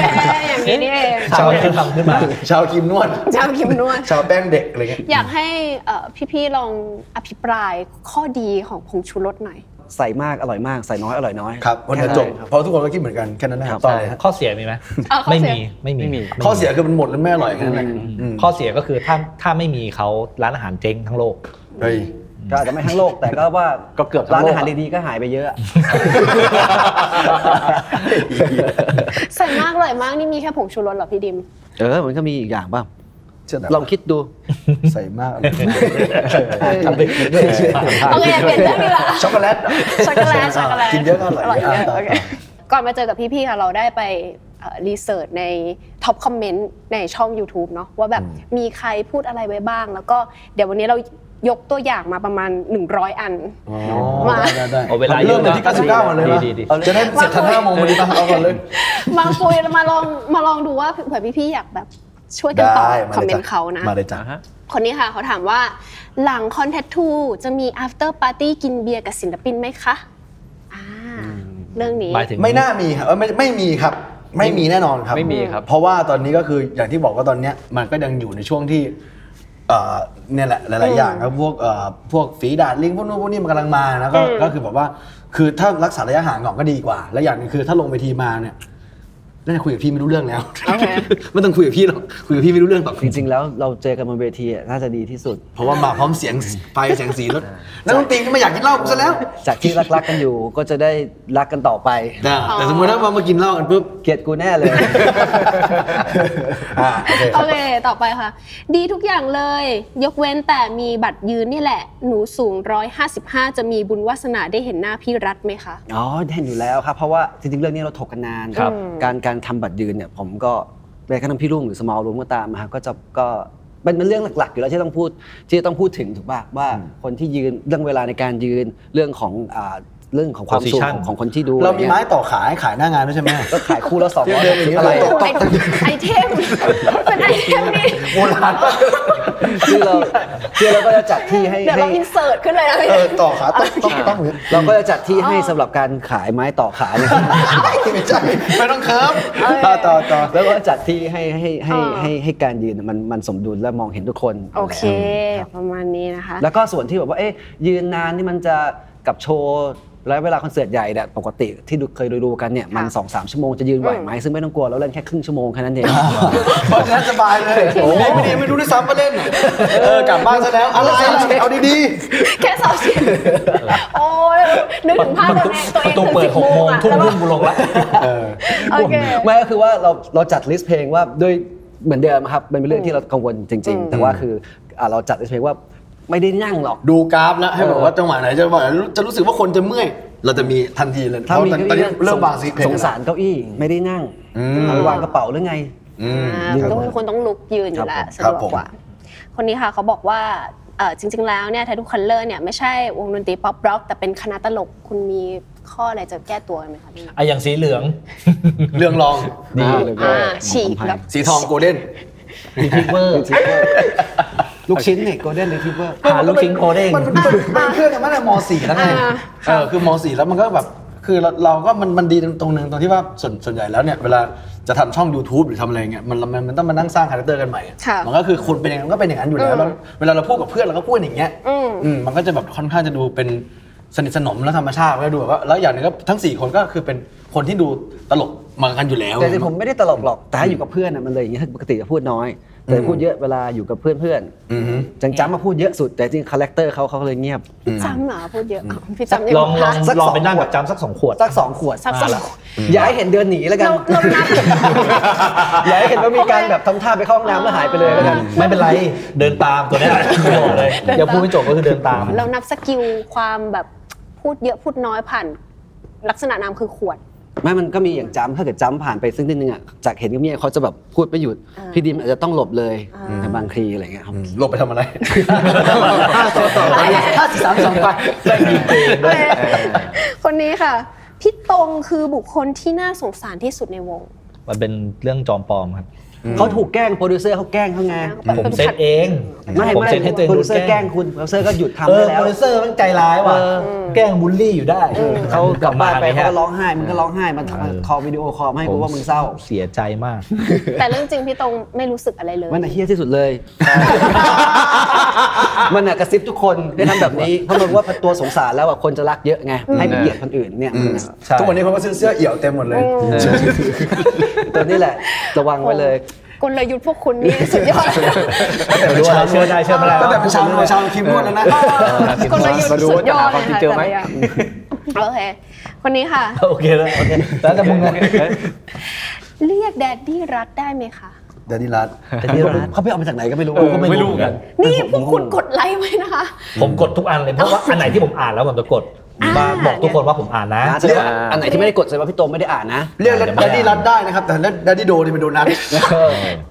Speaker 1: อย่างนี้นี่เอง
Speaker 3: ชาวที่ทำขึ้นมา
Speaker 2: ชาวครีมนวด
Speaker 1: ชาวคิมนวด
Speaker 2: ชาวแป้งเด็กอะไรเงี้ย
Speaker 1: อยากให้เอ่อพี่ๆลองอภิปรายข้อดีของผงชูรสหน่อย
Speaker 4: ใส่มากอร่อยมากใส่น้อยอร่อยน้อย
Speaker 2: ครับวันจะ
Speaker 4: แนั้น
Speaker 2: จบ
Speaker 4: เองครับ
Speaker 2: เพราะทุกคนก็คิดเหมือนกันแค่นั้นนะครับต่อเลยฮะ
Speaker 3: ข้อเสียมีไหม
Speaker 1: เออข้อ
Speaker 3: ไม่
Speaker 1: เสีย
Speaker 3: มีไม่มี
Speaker 5: ไม่มี
Speaker 3: ไม่มี
Speaker 2: ข้อเสียคือมันหมดแล้วไม่อร่อยแค่นั้นแหละอืม
Speaker 3: ข้อเสียก็คือถ้าถ้าไม่มีเขาร้านอาหารเจ๊งทั้งโลก
Speaker 2: เฮ้ย
Speaker 4: ก็อาจจะไม่ทั้งโลกแต่ก็ว่า
Speaker 5: ก็เกือบทั้ง
Speaker 4: ร้าน
Speaker 5: โลก
Speaker 4: อาหารดีๆก็หายไปเยอะ
Speaker 1: ใส่มากอร่อยมากนี่มีแค่ผงชูรสเหรอพี่ ดิม
Speaker 4: เออมันก็มีอีกอย่างบ้าง
Speaker 2: เชื่อแต่
Speaker 4: ลองคิดดู
Speaker 2: ใส่มากเลย
Speaker 3: ทำไปคิดด้วย
Speaker 1: โอเคเปลี่ยนเรื่องดีกว่า
Speaker 2: ช็อกโกแลต
Speaker 1: ช็อกโกแลตช็อกโกแลต
Speaker 2: กินเยอะก็อร่อย
Speaker 1: เยอะ
Speaker 2: ะ
Speaker 1: โอเคก่อนมาเจอกับพี่ๆค่ะเราได้ไปเอ่อรีเสิร์ชในท็อปคอมเมนต์ในช่อง YouTube เนาะว่าแบบมีใครพูดอะไรไว้บ้าง แล้วก็เดี๋ยววันนี้เรายกตัวอย่างมาประมาณ 100 อัน
Speaker 2: อ๋อ
Speaker 1: มา
Speaker 2: ได้ได้
Speaker 3: เอาเวลา
Speaker 2: เริ่มเลยที่
Speaker 3: เยอะนะ
Speaker 2: 99วันเลยนะ
Speaker 3: ดีดีดี
Speaker 2: จะได้เสร็จทันห้าโมงวันนี้ป่ะเอาก่อนเลย
Speaker 1: มาคุยมาลองมาลองดูว่าเผื่อพี่ๆอยากแบบช่วยกันตอบ
Speaker 2: ได้มา
Speaker 1: คอมเม
Speaker 2: เลย
Speaker 1: นต์
Speaker 2: จ้ะ
Speaker 1: เขานะ
Speaker 2: มาเลยจ้ะ
Speaker 1: คนนี้ค่ะเขาถามว่าหลังคอนแท t ทูจะมี after party กินเบียร์กับศิลปินไหมคะอ่าเรื่องนี้
Speaker 3: หมายถึง
Speaker 2: ไม่น่ามีครับเอ้ยไม่ไม่มีครับ ไม่มีแน่นอนครับ
Speaker 5: ไม่มีครับ
Speaker 2: เพราะว่าตอนนี้ก็คืออย่างที่บอกว่าตอนเนี้ยมันก็ยังอยู่ในช่วงที่เอ่อเนี่ยแหละหลายๆอย่างครับพวกเอ่อพวกฝีดาดลิงพวกนู้นพวกนี้มันกำลังมาแล้วก็
Speaker 1: อืม
Speaker 2: ก็คือแบบว่าคือถ้ารักษาระยะห่างก่อนก็ดีกว่า และอย่างหนึงคือถ้าลงเวทีมาเนี่ยน่าจะคุยกับพี่ไม่รู้เรื่องแล้ว ไม่ต้องคุยกับพี่หรอกคุยกับพี่ไม่รู้เรื่องหรอก
Speaker 4: จริงๆแล้วเราเจอกันบนเวทีอะน่าจะดีที่สุด
Speaker 2: เพราะว่ามาพร้อมเสียงไฟเสียงสีรถแล้วนักดนตรีก็ไม่อยากกินเหล้ากูซะแล้ว
Speaker 4: จากที่ รักๆกันอยู่ก็จะได้รักกันต่อไป
Speaker 2: นะแต่สมมติถ้ามากินเหล้ากันปุ๊บ
Speaker 4: เกลียดกูแน่เลย
Speaker 2: อ่าโอเคค
Speaker 1: โอ
Speaker 2: รับ
Speaker 1: เค ต่อไปค่ะ ดีทุกอย่างเลย ยกเว้นแต่มีบัตรยืนนี่แหละ หนูสูง 155 จะมีบุญวาสนาได้เห็นหน้าพี่รัฐไหมคะ
Speaker 4: อ๋อเห็นอยู่แล้วครับ เพราะว่าจริงๆ เรื่องนี้เราถกกันนาน
Speaker 3: ครับ
Speaker 4: การการทำบัตรยืนเนี่ยผมก็แม้กระทั่งพี่รุ่งหรือสมอลรูมก็ตามนะครับก็จะก็เป็นเป็นเรื่องหลัก ๆ อยู่แล้วที่ต้องพูดที่ต้องพูดถึงถูกป่ะว่าคนที่ยืนเรื่องเวลาในการยืนเรื่องของอ่าเรื่องของความสูง
Speaker 3: Position
Speaker 4: ของคนที่ดู
Speaker 2: เรามี
Speaker 4: อะ
Speaker 2: ไม้
Speaker 4: ไงี้ย
Speaker 2: ต่อขาให้ขายหน้างานด้วยใช่ไหม
Speaker 4: ก็ขายคู่ละสองร้อย
Speaker 2: เดินอย่างนี้
Speaker 4: อะไร
Speaker 2: ตกตก
Speaker 1: ไอไอเทม เป็นไอเทมนี่
Speaker 2: โบราณมาก
Speaker 4: คือเราคือเราก็จะจัดที่ให้
Speaker 1: เดี๋ยว
Speaker 4: ให้
Speaker 1: เราอินเสิร์ตขึ้นเลยนะพี่
Speaker 2: เออต่อขาต้องต้องต้อง
Speaker 4: เราก็จะจัดที่ให้สำหรับการขายไม้ต่อขาเนี่ย
Speaker 2: ไม่ใช่ไม่ต้องเคิร์ฟ
Speaker 1: เออ
Speaker 2: ต่อต่อต่อ
Speaker 4: แล้วก็จัดที่ให้ให้ให้
Speaker 1: อ่า
Speaker 4: ให้ให้การยืนมันมันสมดุลและมองเห็นทุกคน
Speaker 1: โอเค
Speaker 4: ครับ
Speaker 1: ประมาณนี้นะคะ
Speaker 4: แล้วก็ส่วนที่แบบว่าเอ๊ะยืนนานนี่มันจะกับโชว์และเวลาคอนเสิร์ตใหญ่เนี่ยปกติที่ดูเคยดูๆกันเนี่ยมัน
Speaker 1: ค่ะ
Speaker 4: สองสามชั่วโมงจะยืนไหวไหมซึ่งไม่ต้องกลัวเราเล่นแค่ครึ่งชั่วโมงแค่นั้นเอง
Speaker 2: เพราะฉะนั้นสบายเลยดีไม่ดีไม่รู้ด้วยซ้ำมาเล่น เออกลับบ้านซะแล้วอะไรอะไรเอาดี
Speaker 1: แค่สอบเสียง โอ้ยนึกถึงภาพตัวเองตัว
Speaker 3: ป
Speaker 1: เองถึง
Speaker 3: ระตูเปิ
Speaker 1: สิ
Speaker 3: ด
Speaker 1: บ
Speaker 3: หก
Speaker 1: โม
Speaker 3: โม
Speaker 1: ง
Speaker 3: ง
Speaker 1: อะ
Speaker 3: ทุ่ม
Speaker 1: แล้ว
Speaker 3: ค
Speaker 1: แบบ
Speaker 3: รึ่งกูลงละ
Speaker 2: ๆเออ
Speaker 1: โอเค
Speaker 4: ไม่ก็คือว่าเราเราจัดลิสต์เพลงว่าด้วยเหมือนเดิมครับมันเป็นเรื่องที่เรากังวลจริง ๆ แต่ว่าคืออ่ะเราจัดลิสต์เพลงว่าไม่ได้นั่งหรอก
Speaker 2: ดูกราฟแล้วให้บอกว่าจังหวะไหนจะบอกจะรู้สึกว่าคนจะเมื่อย เราจะมีทันทีเลย
Speaker 4: ถ้ามี
Speaker 2: เพระตอนตอนนี้เริ่มวางซีเควน
Speaker 4: สง
Speaker 2: ต์
Speaker 4: สารเก้าอี้ไม่ได้นั่ง
Speaker 2: อืม
Speaker 4: เอาไปวางกระเป๋าหรือไง
Speaker 2: อืม
Speaker 1: อ่าต้องมีคนต้องลุกยืนอยู่แล้วสะ
Speaker 2: ครั
Speaker 1: ด
Speaker 2: บ
Speaker 1: วก
Speaker 2: ผม
Speaker 1: กว่า คนนี้ค่ะเขาบอกว่าเอ่อจริง ๆ แล้วเนี่ยท t ทูคัลเลอร์เนี่ยไม่ใช่วงดนตรีป๊อปร็อกแต่เป็นคณะตลกคุณมีข้ออะไรจะแก้ตัวไหมคะพี่
Speaker 3: ไอะอย่างสีเหลือง
Speaker 2: เรื่องรอง
Speaker 4: ดีเลย
Speaker 1: อ่าฉีกแบบ
Speaker 2: สีทองโกลเด้น
Speaker 4: รีทิเวอร์ลูกชิ้นเนี่ยโกลเด้นรีทิเวอร์
Speaker 3: หาลูกชิ้นโคเด้ง
Speaker 2: มันเป็นมันเป็นเครื่องแต่มันมสี่แล้วไง
Speaker 1: อ่า
Speaker 2: เออคือมสี่แล้วมันก็แบบคือเราเราก็มันมันดีตรงหนึงตรงที่ว่าส่วนส่วนใหญ่แล้วเนี่ยเวลาจะทำช่อง YouTube หรือทำอะไรเงี้ยมันมันมันต้องมานั่งสร้างคาแรคเตอร์กันใหม่อะ
Speaker 1: ค่ะ
Speaker 2: มันก็คือคนเป็นอย่างนั้นก็เป็นอย่างนั้นอยู่แล้วแล้วเวลาเราพูดกับเพื่อนเราก็พูดอย่างเงี้ย
Speaker 1: อืม
Speaker 2: อืมมันก็จะแบบค่อนข้างจะดูเป็นสนิทสนมและธรรมชาติก็ดูแบบว่าแล้วอย่างหนึงก็ทั้งสี่คนก็คือเป็นคนที่ดูตลกมากันอยู่แล้ว
Speaker 4: แต่จริงๆผมไม่ได้ตลกหรอก แต่ถ้าอยู่กับเพื่อนน่ะมันเลยอย่างเงี้ยปกติจะพูดน้อย แต่พูดเยอะเวลาอยู่กับเพื่อนเพื่อน
Speaker 2: อือฮึ
Speaker 4: จังจ้ำมาพูดเยอะสุด แต่จริงคาแรคเตอร์เขาเขาเลยเงียบ
Speaker 1: พี่จำเหรอพูดเยอะอ้าวพี่จำยัง
Speaker 3: ลองล
Speaker 1: คะ
Speaker 3: องลองไปนั่งกับจำสักสองขวด
Speaker 4: สักสองขวด
Speaker 1: สับสับ
Speaker 4: อย่าให้เห็นเดินหนีแล้วกัน
Speaker 1: เราเรานับ
Speaker 4: อย่าให้เห็นว่ามีการแบบทำท่าไปเข้าห้องน้ำแล้วหายไปเลยแล้วกัน
Speaker 3: ไม่เป็นไร เดินตามตัวเนี้ยบอกเลยอย่าพูดไม่จบก็คือเดินตาม
Speaker 1: เรานับสกิลความแบบพูดเยอะพูดน้อยผ่าน ลักษณะนามคือขวด
Speaker 4: ไม่มันก็มีอย่างจำถ้าเกิดจำผ่านไปซึ่งนิดนึงอ่ะจากเห็นกับเมียเขาจะแบบพูดไม่หยุด
Speaker 1: อ่า
Speaker 4: พี่ดิมอาจจะต้องหลบเลย
Speaker 1: อ่า
Speaker 4: ในบางทีอะไรเงี้ยครับ
Speaker 2: หลบไปทำอะไร ห้าต่อต่อห้าสี่สามสองไปได้ยินเพลงด้วย
Speaker 1: คนนี้ค่ะ พี่ตรงคือบุคคลที่น่าสงสารที่สุดในวง
Speaker 3: มันเป็นเรื่องจอมปลอมครับ
Speaker 4: เขาถูกแกล้งโปรดิวเซอร์เขาแกล้งเขาไง
Speaker 3: ผมเซ็ตเอง
Speaker 4: ไม่
Speaker 3: ผม
Speaker 4: ไม่
Speaker 3: เซ็ตให้ตัวเอง
Speaker 4: โปรดิ
Speaker 3: ดู
Speaker 4: วเซอร์แกล้งคุณโปรดิวเซอร์ก็หยุดทำ
Speaker 3: เอ
Speaker 4: ได้
Speaker 3: อ
Speaker 4: แล้
Speaker 3: โป
Speaker 4: ว
Speaker 3: รดิวเซอร์มันใจร้ายว่ะแกล้งบูลลี่อยู่ได้
Speaker 4: เขากลับบ้านไป
Speaker 3: ม
Speaker 4: เขาก็
Speaker 3: ฮะ
Speaker 4: ร้องไห้มึงก็ร้องไห้มัน
Speaker 3: เออ
Speaker 4: คอลวิดีโอคอลมาให้กูว่ามึงเศร้า
Speaker 3: เสียใจมาก
Speaker 1: แต่เรื่องจริงพี่ตรงไม่รู้สึกอะไรเลย
Speaker 4: มันน่ะเฮี้ยที่สุดเลย มันน่ะกระซิบทุกคนได้ทำแบบนี้เพราะมันว่าตัวสงสารแล้วอ่ะคนจะรักเยอะไงให้ไปเกลียดคนอื่นเนี่ยมันน่ะ
Speaker 3: ใช่
Speaker 2: ทุกวันนี้เขาก็ซื้อเสื้อเอี่ยวเต็มหมดเลย
Speaker 4: ตัวนี้แหละระวังไว้เลย
Speaker 1: กลยุทธ์พวกคุณนี่สุดยอด
Speaker 3: แต่ไม่รู้อะไรเชื่อได้เชื่อไม่ได้
Speaker 2: ตั้งแต่เป็นชาวเป็นชาวคิมนวดแล้วนะ
Speaker 1: กลยุทธ์สุดยอดเลย
Speaker 5: มาดูว่าจะหาความจริง
Speaker 1: ค่ะ
Speaker 5: เจอไหม
Speaker 1: แต่ละอย่างโอเคคนนี้ค่ะ
Speaker 3: โอเคแล้วโอเคแล้วแต่มึงนะ
Speaker 1: เรียกแดดดี้รัฐได้ไหมคะ
Speaker 2: เดนนี่รัต
Speaker 4: แต่ที่ร้านเขาไปเอามาจากไหนก็ไม่รู้
Speaker 3: ก็ไม่รู้เหมือนกัน
Speaker 1: นี่พวกคุณกดไลค์ไว้นะคะ
Speaker 3: ผมกดทุกอันเลยเพราะว่าอันไหนที่ผมอ่านแล้วผมจะกด
Speaker 1: อ่า
Speaker 3: มาบอกทุกคนว่าผมอ่านนะ
Speaker 4: อ่ะแสดงว่าอันไหนที่ไม่ได้กดแสดงว่าพี่โตมไม่ได้อ่านนะ
Speaker 2: เรียกเดนนี่รัตได้นะครับ แต่เดนนี่โดนี่เป็นโดนัท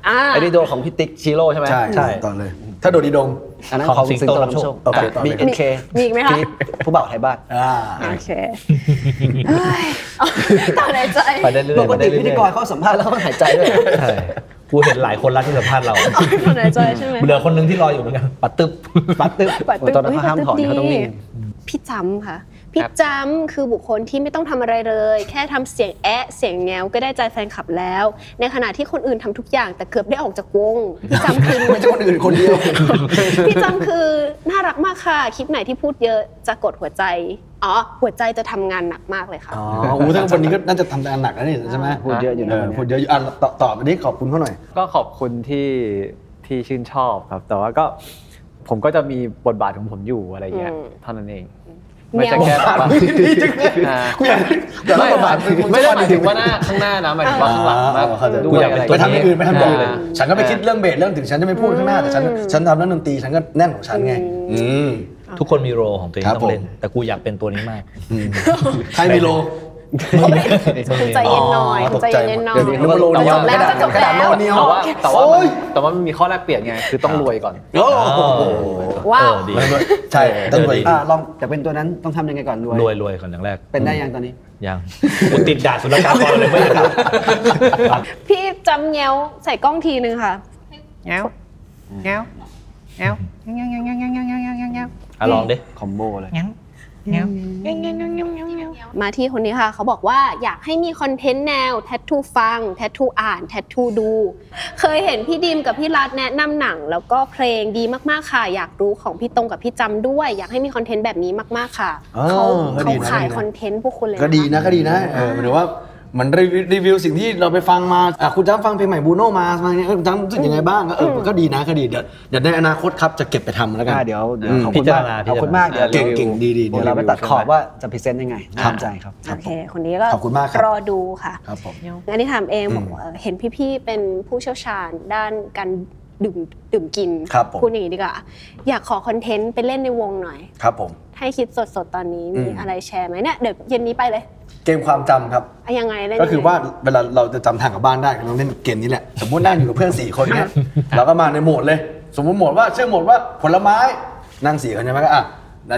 Speaker 1: อ่า
Speaker 4: ไอ้นี่โดนของพี่ติ๊กชิโร่ใช่ไหม
Speaker 2: ใช่ ตอนเลย ถ้าโดดีดง
Speaker 4: อันนั้น
Speaker 3: ของ
Speaker 4: ของ
Speaker 3: สิ
Speaker 4: สิ
Speaker 3: ง
Speaker 4: ง
Speaker 3: โต
Speaker 4: โต
Speaker 3: รับ
Speaker 4: รับ
Speaker 3: โช
Speaker 4: โช
Speaker 3: ค
Speaker 4: ค
Speaker 2: โอเคต่อ
Speaker 4: บี
Speaker 2: เลย
Speaker 4: เอ็นเค
Speaker 1: มีอีกไหมคะ
Speaker 4: ผู้บ่าวไทยบ้าน
Speaker 2: อ่า
Speaker 1: โอเคเฮ้ย เอาต่อในใจ
Speaker 3: ไปได้เรื่อย
Speaker 4: ปก
Speaker 3: ไปได้
Speaker 4: ติ
Speaker 3: เรื่อย
Speaker 4: พิธีกรเขาสัมภาษณ์แล้วเขาหายใจด้วย
Speaker 3: ใช่กูเห็นหลายคนรักที่สัมภา ษณ์เรา
Speaker 1: ต่อในใจใช่ไหม
Speaker 3: เหลือคนหนึงที่รออยู่เหมือนกันปัดตึ๊บ
Speaker 4: ปัดตึ๊บ
Speaker 1: ปัด
Speaker 4: โอ้ยตอนนั้นเขาห้ามถอน
Speaker 1: ปัด
Speaker 4: เขาต้องนิ่ง
Speaker 1: พี่จำค่ะ พี่จำคือบุคคลที่ไม่ต้องทำอะไรเลย แค่ทำเสียงแอะเสียงแงวก็ได้ใจแฟนคลับแล้ว ในขณะที่คนอื่นทำทุกอย่าง แต่เกือบได้ออกจากวงพี่จำคือ
Speaker 2: ไม่ ใช่คนอื่นคนเดียว
Speaker 1: พี่จำคือน่ารักมากค่ะ คลิปไหนที่พูดเยอะจะกดหัวใจอ๋อหัวใจจะทำงานหนักมากเลยค่ะ
Speaker 2: อ๋อโอ้โหถ้าวันนี้ก็น่าจะทำงานหนักแล้วนี่ใช่ไหม
Speaker 4: พูดเยอะอยู่นะ
Speaker 2: พูดเยอะอยู่อ่ะต่อต่อไปนี้ขอบคุณเขาหน่อย
Speaker 5: ก็ขอบคุณที่ที่ชื่นชอบครับ แต่ว่าก็ผมก็จะมีบทบาทของผมอยู่อะไรเงี้ย
Speaker 1: อืม
Speaker 5: เท่านั้นเอง
Speaker 1: แน
Speaker 5: ไม่
Speaker 1: ว
Speaker 5: ใช่แค่แบบว่า อ่า
Speaker 2: กูอยากแต่ละ
Speaker 5: ไม่
Speaker 2: บทบาท
Speaker 5: ไม่ได้หมายถึงว่าหน้าข้างหน้านะหมายถึงว่าข้างหลังมาก
Speaker 2: กูอยากไปทำอย่างอื่นไปทำอย่างอื่น
Speaker 5: อ่า
Speaker 2: ฉันก็ไปคิดเรื่องเบสเรื่องถึงฉันจะไม่พูดข้างหน้าแต่ฉันฉันทำเรื่องดนตรีฉันก็แน่นของฉันไง อืม
Speaker 3: ทุกคนมีโรลของตัวเอง
Speaker 2: ครับ
Speaker 3: ต้องเล่น
Speaker 2: ผม
Speaker 3: แต่กูอยากเป็นตัวนี้มาก
Speaker 2: ใครมีโล
Speaker 1: คุณใจเย็นหน่อย
Speaker 2: อ๋อ
Speaker 1: คุณใจเย็นหน่อย
Speaker 2: ตกใจหมดเดี๋ยวนี้นึกว่าโล
Speaker 1: จะจบแล้วจะจบ
Speaker 2: กระ
Speaker 1: แล้
Speaker 2: ดาษโน้
Speaker 1: ว
Speaker 2: ตนี่
Speaker 5: แต่ว่าแต่ว่า
Speaker 2: โอ้
Speaker 5: มัน
Speaker 2: ย
Speaker 5: แต่ว่ามันมีข้อแลกเปลี่ยนไง คือต้องรวยก่อน
Speaker 2: โอ้โห
Speaker 1: ว้าว
Speaker 3: เออดี
Speaker 2: ใช่ต้องรวย
Speaker 3: เ
Speaker 4: อ่ะลองแต่เป็นตัวนั้นต้องทำยังไงก่อนรวย
Speaker 3: รวยรวยก่อนอย่างแรก
Speaker 4: เป็นได้ยังตอนนี้
Speaker 3: ยังกูติดด่าสุลกากรเลยไม่ได้ครับ
Speaker 1: พี่จำแงวใส่กล้องทีนึงค่ะ
Speaker 6: Nhau. Nhau. Nhau. Nhau, nhau, nhau, nhau, nhau, nhau, nhau, nhau, nhau.
Speaker 3: อ่ะลองดิ
Speaker 4: คอมโบเลย
Speaker 6: Nhau. Nhau. Nhau, nhau, nhau, nhau, nhau, nhau.
Speaker 1: มาที่คนนี้ค่ะ เขาบอกว่าอยากให้มีคอนเทนต์แนวแทททูฟังแทททูอ่านแทททูดู เคยเห็นพี่ดิมกับพี่รัฐแนะนำหนัง แล้วก็เพลงดีมากๆค่ะ อยากรู้ของพี่ตรงกับพี่จำด้วย อยากให้มีคอนเทนต์แบบนี้มากๆค่ะ
Speaker 2: อ๋อ
Speaker 1: เขา
Speaker 2: ก็
Speaker 1: เขา
Speaker 2: ดีนะ
Speaker 1: ขาย
Speaker 2: ดีนะ
Speaker 1: คอนเทนต์พวกคุณเลย
Speaker 2: ก็ดีนะก็ดีนะเออหมายถึงว่ามันรีวิวรีวิวสิ่งที่เราไปฟังมาอ่ะคุณจ้ำฟังเพลงใหม่บูโน่มามาเนี่ยเออคุณจ้ำรู้สึกยังไงบ้างเออมันก็ดีนะก็ดีเดี๋ยวเดี๋ยวในอนาคตครับจะเก็บไปทำแล้วกัน
Speaker 4: อ่ะเดี๋ยวเดี๋ยว
Speaker 2: อืม
Speaker 4: ขอบคุณมาก
Speaker 3: พิจารณา
Speaker 4: ขอบคุณมากเดี๋ยว
Speaker 2: เก่งเก่งดีดี
Speaker 4: เดี๋ยวเราไปตัดขอบว่าจะพรีเซนต์ยังไง
Speaker 2: ครับ
Speaker 4: ทำใจครับ
Speaker 1: โอเค คนนี้ก็
Speaker 2: ขอบคุณมากครับ
Speaker 1: รอดูค่ะ
Speaker 2: ครับผม
Speaker 1: อันนี้ถามเอง
Speaker 2: อืม
Speaker 1: บอกว่าเอ่อเห็นพี่ๆ เป็นผู้เชี่ยวชาญด้านการดื่มดื่มกิน
Speaker 2: ครับผม
Speaker 1: คุณอย่างนี้ดีกว่า อยากขอคอนเทนต์ไปเล่นในวงหน่อย
Speaker 2: ครับผม
Speaker 1: ให้คิดสดๆ ตอนนี้มี
Speaker 2: อืม
Speaker 1: อะไรแชร์ไหมเนี่ยเดี๋ยวเย็นนี้ไปเลย
Speaker 2: เกมความจำครับ
Speaker 1: อะยังไงเล่น
Speaker 2: ก็คือ
Speaker 1: ยังไง
Speaker 2: ว่าเวลาเราจะจำทางกลับบ้านได้ก็ต้องเล่นเกมนี้แหละ สมมตินั่งอยู่กับเพื่อนสี่คนเนี้ยเราก็มาในโหมดเลย สมมติโหมดว่าชื่อโหมดว่าผลไม้นั่งสี่คนใช่ไหมก็อ่ะ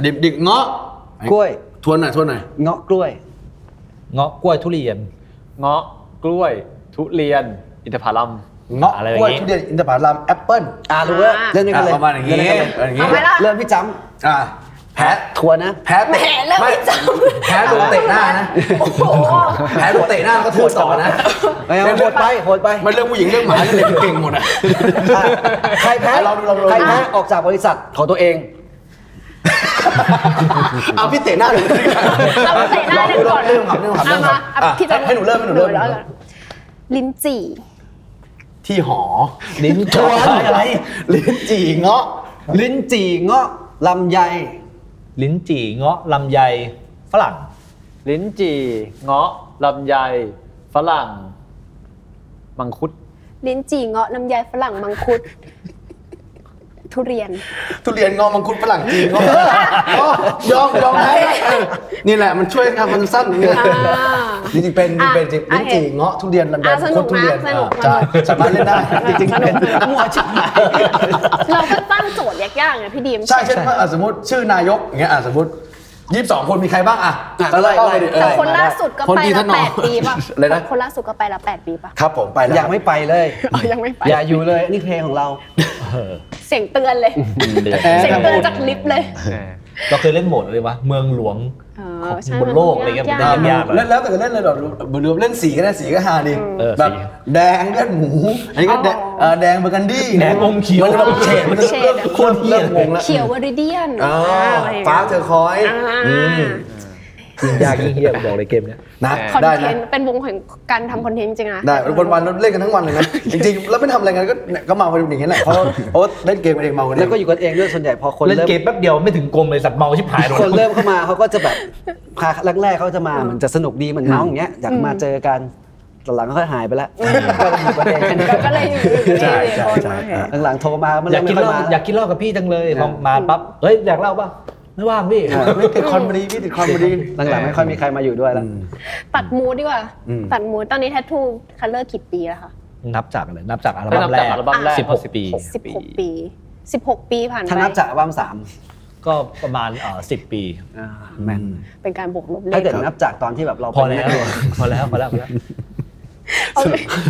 Speaker 2: ดิบดิบเงาะ
Speaker 4: กล้วย
Speaker 2: ทวนหน่อยทวนหน่อย
Speaker 4: เงาะกล้วย
Speaker 3: เงาะกล้วยทุเรียน
Speaker 5: เงาะกล้วย ทุเรียน อินทผลัม
Speaker 2: เงาะ
Speaker 3: อะไรอย่าง
Speaker 2: กล้วย
Speaker 3: งี้
Speaker 2: ทุเรียนอินทผลัมแอปเปิ้ล
Speaker 4: อ่ะรู้แล้ว
Speaker 1: อ่ะ
Speaker 4: เล่นด้วยกันเลย
Speaker 2: ประมาณอย่างงี้
Speaker 4: เล่นด้วยกันเลย
Speaker 2: อย่างงี้
Speaker 1: เอาไหมล่ะ
Speaker 4: เริ่มพี่จ้
Speaker 2: อ่ะแพ้
Speaker 4: ำทัวร์นะ
Speaker 2: แพ้
Speaker 1: แหม
Speaker 2: เตะ
Speaker 1: เริ่มไม่จำ
Speaker 2: แพ้โดนเตะหน้านะ
Speaker 1: โอ้โห
Speaker 2: แพ้โดนเตะหน้าแล้วก็ทุบต่อนะ
Speaker 4: ไม่เอาโหดไปโหดไป
Speaker 2: มันเรื่องผู้หญิงเรื่องหมาเรื่องเด็กเก่งหมดอ่ะ
Speaker 4: ใครแพ้
Speaker 2: ลองดูลองดู
Speaker 4: ใครแพ้ออกจากบริษัทของตัวเอง
Speaker 2: เอาพี่เตะหน้าหนูด้วยกัน
Speaker 1: เราเตะหน้าเล่นก่อน
Speaker 2: เริ่มครับเริ่มค
Speaker 1: อ่ะ
Speaker 2: รับเริ่มค
Speaker 1: มา
Speaker 2: รับ
Speaker 1: อ่ะ
Speaker 2: อ่ะ
Speaker 1: พี่จะ
Speaker 2: ให้หนูเริ่มให้หนูเริ่ม
Speaker 1: แล้วกันลิ้นจี่
Speaker 2: ที่หอ
Speaker 3: ลิ้น
Speaker 2: ช
Speaker 3: ช
Speaker 2: ว
Speaker 3: วน น
Speaker 2: อะไร ลิ้นจี่เงาะ
Speaker 4: ลิ้นจี่เงาะลำไย
Speaker 3: ลิ้นจี่เงาะลำไยฝรั่ง
Speaker 5: ลิ้นจี่ เงาะลำไย ฝรั่ง มังคุด
Speaker 1: ลิ้นจี่เงาะลำไยฝรั่งมังคุด ทุเรียน
Speaker 2: ทุเรียนงอมังคุดฝรั่งจีนก็ ยอมยอมให้เออนี่แหละมันช่วยทำมันสั้นนี่
Speaker 1: อ่า
Speaker 2: จริงๆเป็น
Speaker 1: อ่ะ
Speaker 2: เป็นจริง
Speaker 1: อ่ะ
Speaker 2: จริงๆเงาะทุเรียนลำไย
Speaker 1: อ่ะสนุกนะ
Speaker 2: ทุเรีน
Speaker 1: สนุก
Speaker 2: อ่ะใช่
Speaker 1: สนุก
Speaker 2: สามารถเล่นได้จริงๆ
Speaker 1: ส
Speaker 2: เป็
Speaker 1: นุก
Speaker 2: น
Speaker 1: หัวชิบหายเราก็ตั้งโจทย์ยากๆไงพี่ดีม
Speaker 2: ใช่เช่นว่าอ่ะสมมติชื่อนายกอย่างเงี้ยอ่ะสมมติยี่สิบสองคนมีใครบ้างอ่ะ
Speaker 4: อ่ะก็ไล่
Speaker 2: เข้าป
Speaker 4: ไล่
Speaker 2: ดิเออ
Speaker 1: แต่คนล่าสุดก็
Speaker 2: คน
Speaker 1: ไป
Speaker 2: ดี
Speaker 1: ละ
Speaker 2: ท่านหนอ
Speaker 1: แปดปีป่ะ
Speaker 2: อะไรนะ
Speaker 1: คนล่าสุดก็ไปละแปดปีป่ะ
Speaker 2: ครับผมไปแล้ว
Speaker 4: อยากไม่ไปเลย
Speaker 1: อ๋อยังไม่ไป
Speaker 4: อย่าอยู่เลยนี่เพลงของเรา
Speaker 1: เสียงเตือนเลย
Speaker 3: เดือน
Speaker 1: เสียงเตือนจากลิฟต์เลย
Speaker 3: เราเคยเล่นโหมดเลยวะเมืองหลวง
Speaker 1: เออ
Speaker 3: ของ
Speaker 1: ใช่
Speaker 3: บนโลกอะไรเงี้ย
Speaker 1: าก
Speaker 3: มัน
Speaker 1: ๆ
Speaker 3: ได้อยากเลย
Speaker 2: แล้วแล้วแต่จะเล่นเลยแบบรวมเล่นสีก็ได้สีก็ฮาดี
Speaker 3: เออ
Speaker 2: แบบ
Speaker 3: สี
Speaker 2: แดงเลือดหมูอันนี้ก็แดงเอ่อแดงเบอร์กันดี้
Speaker 3: แดงอมเขียว
Speaker 2: มันจะแบบเฉดมันจะ
Speaker 1: เฉด
Speaker 2: เริ่มโคนเริ่มงงแล้ว
Speaker 1: เขียววอริเดียน
Speaker 2: อ่า
Speaker 1: อะไรอย่งงี้ย
Speaker 2: ฟ้าเจอคอย
Speaker 1: อ่า
Speaker 3: อยากยิ่งเฮียกูบอกเลยเกมเนี้ย
Speaker 2: นะ
Speaker 1: คอน
Speaker 2: ได้
Speaker 1: เท
Speaker 2: นะ
Speaker 1: นต์เป็นวงแห่งการทำคอนเทนต์จริงๆนะ
Speaker 2: ได้วันวันๆเราเล่นกันทั้งวั นเลยนะ จริงๆแล้วไม่ทำอะไรกันก็เนี่ยก็เมาไปดูอย่างนี้ยแหละเพราะเพราะว่าเล่นเกมกันเองเมากันเอง
Speaker 4: แล้วก็อยู่กันเองด้วยส่วนใหญ่พอคน
Speaker 3: เล่น
Speaker 4: เริ่ม
Speaker 3: เกมแป๊บเดียวไม่ถึงกลมเลยสัตว์เมาชิบหายโดน
Speaker 4: คนเริ่มเข้ามาเขาก็จะแบบพาแรกๆเขาจะมามันจะสนุกดีเหมือนน้องอย่างเงี้ยอยากมาเจอกันตอนหลังก็ค่อยหายไปละก็มีประเด็นกัน
Speaker 1: ก็เลยอยู่ๆ
Speaker 2: ใช่ใช่
Speaker 1: คน
Speaker 2: ใช่
Speaker 1: เห็น
Speaker 4: หลังๆโทรมามัน
Speaker 3: อ
Speaker 4: เริ่
Speaker 3: ยาก
Speaker 4: ม
Speaker 3: กิ
Speaker 4: ไม่
Speaker 3: น
Speaker 4: ค่
Speaker 3: เห
Speaker 4: อย
Speaker 3: ล้าอ
Speaker 4: มาละ
Speaker 3: ยากกินเหล้ากับพี่จังเลย
Speaker 4: อืม
Speaker 3: พอมาปั๊บเฮ้ยอยากเหล้าป่ะไม่ว่างพี่
Speaker 2: ไม่ติดคอนบดีพี่ติดคอนบดี
Speaker 4: หลังๆไม่ค่อยมีใครมาอยู่ด้วยละ
Speaker 1: ตัดมูดดีกว่า
Speaker 2: อืม
Speaker 1: ตัดมูดตอนนี้แท t ทูคัลเลอร์กี่ปีแล้วคะ
Speaker 3: นับจากอะไรนับจากอัล
Speaker 5: ไม่
Speaker 3: บั้
Speaker 5: นั
Speaker 3: ม
Speaker 5: บ
Speaker 3: แร
Speaker 5: จาก
Speaker 3: ก
Speaker 5: อัลบั้มแรก
Speaker 3: สิบหก
Speaker 5: 16
Speaker 3: ปี
Speaker 1: สิบหกปี สิบหกปีผ่านไป
Speaker 4: ถ้านับจากอัลบั้มสาม
Speaker 3: ก็ประมาณเอ่อสิบปี
Speaker 4: แม่น
Speaker 1: เป็นการบวกลบเลข
Speaker 4: ถ้าเกิดนับจากตอนที่แบบเรา
Speaker 3: พอ
Speaker 4: เป็น
Speaker 3: แล้
Speaker 4: นั
Speaker 3: ว
Speaker 4: ก
Speaker 3: พอ
Speaker 4: เรียน
Speaker 3: แล้วพอแล้วพอแล้ว
Speaker 1: เอา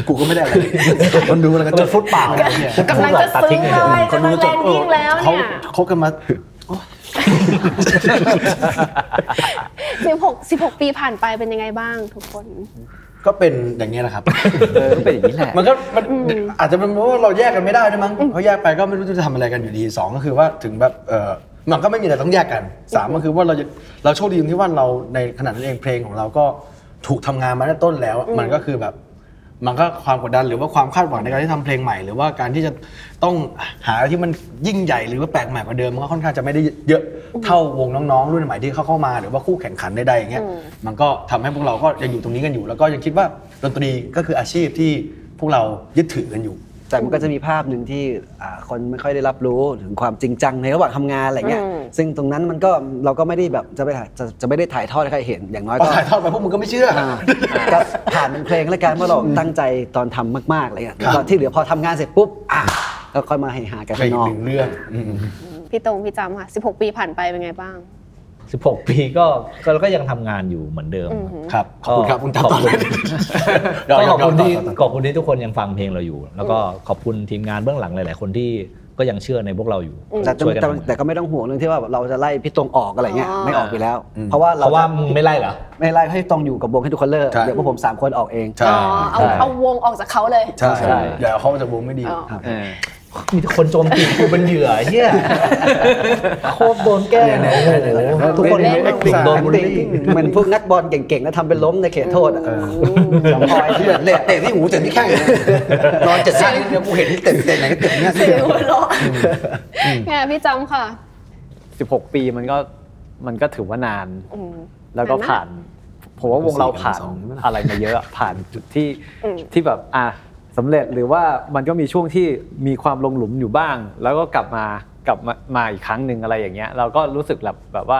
Speaker 2: กูก็ไม่ได้อะไรคนดูแล้วก็
Speaker 3: จ
Speaker 2: จ
Speaker 3: น
Speaker 2: บ
Speaker 3: ฟุตปากเลยเนี่ย
Speaker 1: กำลังจะ
Speaker 3: ตัด
Speaker 1: ซื้
Speaker 3: ทิ้
Speaker 1: อง เล
Speaker 3: เลย ยเนี่ย
Speaker 1: กำลังแรงยิ่งแล้ว
Speaker 2: เขา
Speaker 1: เนี่ย
Speaker 2: คบกันมา
Speaker 1: สิบหกสิบหกปีผ่านไปเป็นยังไงบ้างทุกคน
Speaker 2: ก็เป็นอย่างเงี้ยแหละครับ
Speaker 5: เออก็เป็นอย่างนี้แหละ
Speaker 2: มันก็มันอาจจะเป็นเพราะว่าเราแยกกันไม่ได้ด้วยมั้งเพราะแยกไปก็ไม่รู้จะทำอะไรกันอยู่ดีสองก็คือว่าถึงแบบเออมันก็ไม่มีอะไรต้องแยกกันสามก็คือว่าเราจะเราโชคดีตรงที่ว่าเราในขณะนั้นเองเพลงของเราก็ถูกทำงานมาตั้งแต่ต้นแล้วอะมันก็คือแบบ มันก็ความกดดันหรือว่าความคาดหวังในการที่ทำเพลงใหม่ หรือว่าการที่จะต้องหาอะไรที่มันยิ่งใหญ่หรือว่าแปลกใหม่กว่าเดิมมันก็ค่อนข้างจะไม่ได้เยอะเท่าวงน้องๆรุ่นใหม่ที่เขาเข้ามาหรือว่าคู่แข่งขันใดๆอย่างเงี้ย
Speaker 1: อืม
Speaker 2: มันก็ทำให้พวกเราก็ยังอยู่ตรงนี้กันอยู่ แล้วก็ยังคิดว่าดนตรีก็คืออาชีพที่พวกเรายึดถือกันอยู่
Speaker 4: แต่มันก็จะมีภาพหนึ่งที่อ่าคนไม่ค่อยได้รับรู้ถึงความจริงจังในระหว่างทำงานอะไรเงี้ย
Speaker 1: อืม
Speaker 4: ซึ่งตรงนั้นมันก็เราก็ไม่ได้แบบจะไปถ่ายจะจะไม่ได้ถ่ายทอดให้ใครเห็นอย่างน้อย
Speaker 2: พอ
Speaker 4: ก็
Speaker 2: ถ่ายทอดไปพวกมึงก็ไม่เชื่ออ
Speaker 4: อ่าก็ผ่านเป็นเพลงแล้วกันว่าเราตั้งใจตอนทำมากๆอะไรอย่างเงี้ย
Speaker 2: ครับ
Speaker 4: แล้วก็ที่เหลือพอทำงานเสร็จปุ๊บอ่ะก็ค่อยมาเฮฮากัน
Speaker 2: ก็
Speaker 4: ข้าง
Speaker 2: อี
Speaker 4: น
Speaker 2: ก
Speaker 4: อ
Speaker 2: ห
Speaker 4: ก
Speaker 2: นึ่งเรื่องอืม
Speaker 1: พี่ตรงพี่จำค่ะสิบหกปีผ่านไปเป็นไงบ้าง
Speaker 3: สิบหกปีก็ก็ก็ยังทำงานอยู่เหมือนเดิม
Speaker 1: อือหือ
Speaker 2: ครับ ขอบคุณครับคุณ
Speaker 3: ข
Speaker 2: จำ
Speaker 3: อบ
Speaker 2: ต่อ
Speaker 3: คุณ
Speaker 2: เลย
Speaker 3: ก็ขอบคุณที่
Speaker 2: ยมๆต่อ
Speaker 3: ขอบคุณที่ทุกคนยังฟังเพลงเราอยู่ แล้วก็ขอบคุณทีมงานเบื้องหลังหลาย ๆ คนที่ก็ยังเชื่อในพวกเราอยู่
Speaker 4: แต่
Speaker 3: ช่วยกัน
Speaker 4: แต่
Speaker 3: ทำงาน
Speaker 4: แต่ก็ไม่ต้องห่วงเรื่องที่ว่าแบบเราจะไล่พี่ตรงออกอะไรเงี้ย
Speaker 1: อ๋อ
Speaker 4: ไม่ออกไปแล้ว
Speaker 2: อืม
Speaker 4: เพราะว่า
Speaker 3: เพ
Speaker 4: เรา
Speaker 3: ราะว่า
Speaker 4: จะ
Speaker 3: มึงไม่ไล่เหรอ
Speaker 4: ไม่ไล่ให้ตรงอยู่กับวงให้ทุกคนเลิก
Speaker 2: ใช่
Speaker 4: เดี๋ยวพวกผมสามคนออกเอง
Speaker 2: ใช่
Speaker 1: อ๋อเอา
Speaker 3: ใช่
Speaker 1: เอาวงออกจากเขาเลย
Speaker 2: ใช่
Speaker 3: ใช่
Speaker 2: เดี๋ยวเขาจะวงไม่ดี
Speaker 1: อ๋อ
Speaker 4: ครับ
Speaker 5: เออ
Speaker 3: มีแต่คนโจมตีกูเป็นเหยื่อเฮียโคตรโดนแกล้ง
Speaker 2: เนี่ย
Speaker 3: โอ้
Speaker 2: เนี่ยเนี่ยเนี่ยเนี่ย
Speaker 3: โหทุกคน
Speaker 2: เนี่ยเนี่ยเนี่ย
Speaker 3: โดนบูลลี่
Speaker 4: เหมือนพวกนักบอลเก่งๆแล้วทำเป็นล้มในเขตโทษอ่ะจอมพลอยที่แบบ
Speaker 2: เตะเตะที่หูเตะที่แข้งเลยนอนเจ็ดชาติเนี่ยกูเห็นเตะเตะไหนก็เตะเนี่ย
Speaker 1: เสียงหัวเราะเนี่ยพี่จำค่ะ
Speaker 5: 16 ปีมันก็มันก็ถือว่านาน
Speaker 1: อืม
Speaker 5: แล้วก็
Speaker 1: นานมาก
Speaker 5: ผ่านผมว่าวงเราผ่าน
Speaker 2: สี่กับสองใช่ไหมล่ะ
Speaker 5: อะไรมาเยอะอะ ผ่านจุดที่
Speaker 1: อืม
Speaker 5: ที่แบบอ่ะสำเร็จหรือว่ามันก็มีช่วงที่มีความลงหลุมอยู่บ้าง แล้วก็กลับมากลับมามาอีกครั้งหนึ่งอะไรอย่างเงี้ย เราก็รู้สึกแบบแบบว่า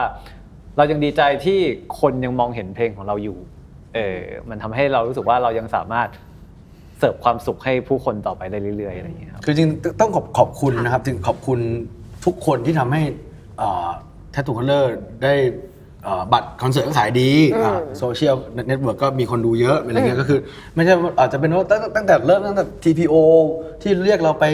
Speaker 5: เรายังดีใจที่คนยังมองเห็นเพลงของเราอยู่เออมันทำให้เรารู้สึกว่าเรายังสามารถเสิร์ฟความสุขให้ผู้คนต่อไปได้เรื่อยๆอะไรอย่างเงี้ยครับ
Speaker 2: คือจริงๆต้องขอบขอบคุณนะครับถึงขอบคุณทุกคนที่ทำให้แททูคอนเลอร์ได้เอ่อบัตรคอนเสิร์ตก็ขายดีโซเชียลเน็ตเวิร์กก็มีคนดูเยอะอะไรเงี้ยก็คือ ไม่ใช่ว่าอาจจะเป็นว่าตั้งตั้งแต่เริ่มตั้งแต่ TPO ที่เรียกเราไป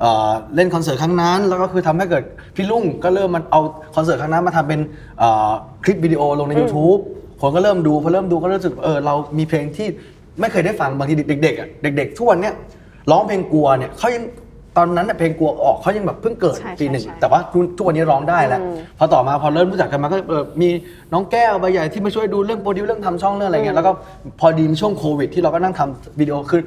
Speaker 2: เอ่อเล่นคอนเสิร์ตครั้งนั้น แล้วก็คือทำให้เกิดพี่ลุงก็เริ่มมันเอาคอนเสิร์ตครั้งนั้นมาทำเป็นเอ่อคลิปวิดีโอลงใน YouTube คนก็เริ่มดูพอเริ่มดูก็รู้สึกเออเรามีเพลงที่ไม่เคยได้ฟังบางทีเด็กๆอ่ะเด็ก ๆ ทุกวันเนี้ยร้องเพลงกลัวเนี่ยเขายังตอนนั้นน่ะเพลงกลัวออกเขายังแบบเพิ่งเกิด
Speaker 1: ใช่ใช่
Speaker 2: ปีหนึ่ง
Speaker 1: ใช่
Speaker 2: แต่ว่าทุกวันนี้ร้องได้แล้ว พอต่อมาพอเริ่มรู้จักกันมาก็เออมีน้องแก้วใบใหญ่ที่มาช่วยดูเรื่องโปรดิวเรื่องทำช่องเรื่องอะไรเงี้ยแล้วก็พอดีมีช่วงโควิด ที่เราก็นั่งทำวิดีโอคือ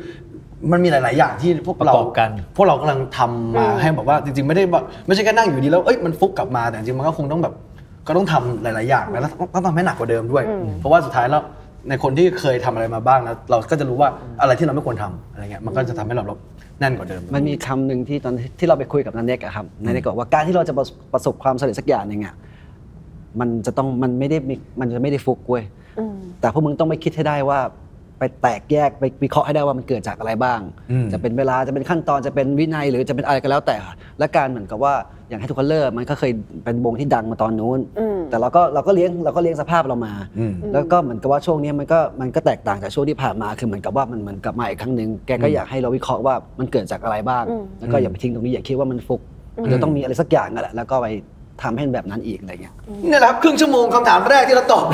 Speaker 2: มันมีหลาย ๆ อย่างที่พวกเรา
Speaker 3: ประกอบกัน
Speaker 2: พวกเรากำลังทำมาให้แบบว่าจริง ๆ ไม่ได้แบบไม่ใช่แค่นั่งอยู่ดีแล้วเอ้ยมันฟุกกลับมาแต่จริงๆมันก็คงต้องแบบก็ต้องทำหลาย ๆ อย่างแล้วต้องต้องทำให้หนักกว่าเดิมด้วย เพราะว่าสุดท้ายแล้ว ในคนที่เคยทำอะไรมาบ้างแล้วเราก็จะรู้ว่าอะไรที่เราไม่ควรทำอะไรเงี้ยมันก็จะทำให้เราลบแน่นกว่าเดิม
Speaker 4: มันมีคำหนึ่งที่ตอนที่เราไปคุยกับนันเน็กอะครับนันเน็กบอกว่าการที่เราจะประสประสบความสำเร็จสักอย่างหนึ่งอะมันจะต้องมันไม่ได้มีมันจะไม่ได้ฟุกเว้ย
Speaker 1: อืม
Speaker 4: แต่พวกมึงต้องไปคิดให้ได้ว่า ไปแตกแยกไปวิเคราะห์ให้ได้ว่ามันเกิดจากอะไรบ้าง
Speaker 2: อืม
Speaker 4: จะเป็นเวลาจะเป็นขั้นตอนจะเป็นวินัยหรือจะเป็นอะไรก็แล้วแต่ และการเหมือนกับว่าอย่างให้ทุกคนเลิกมันก็เคยเป็นวงที่ดังมาตอนนู้น
Speaker 1: อืม
Speaker 4: แต่เราก็เราก็เลี้ยงเราก็เลี้ยงสภาพเรามา
Speaker 2: อืม
Speaker 4: แล้วก็เหมือนกับว่าช่วงนี้มันก็มันก็แตกต่างจากช่วงที่ผ่านมาคือเหมือนกับว่ามันเหมือนกลับมาอีกครั้งหนึ่งแกก็อยากให้เราวิเคราะห์ว่ามันเกิดจากอะไรบ้าง
Speaker 1: อืม
Speaker 4: แล้วก็อย่าไปทิ้งตรงนี้อย่าคิดว่ามันฟุกมันจะต้องมีอะไรสักอย่างนั่นแหละแล้วก็ไปทำให้มันแบบนั้นอีกอะไรเงี้ย
Speaker 2: นี่แหละครับครึ่งชั่วโมงคำถามแรกที่เราตอบ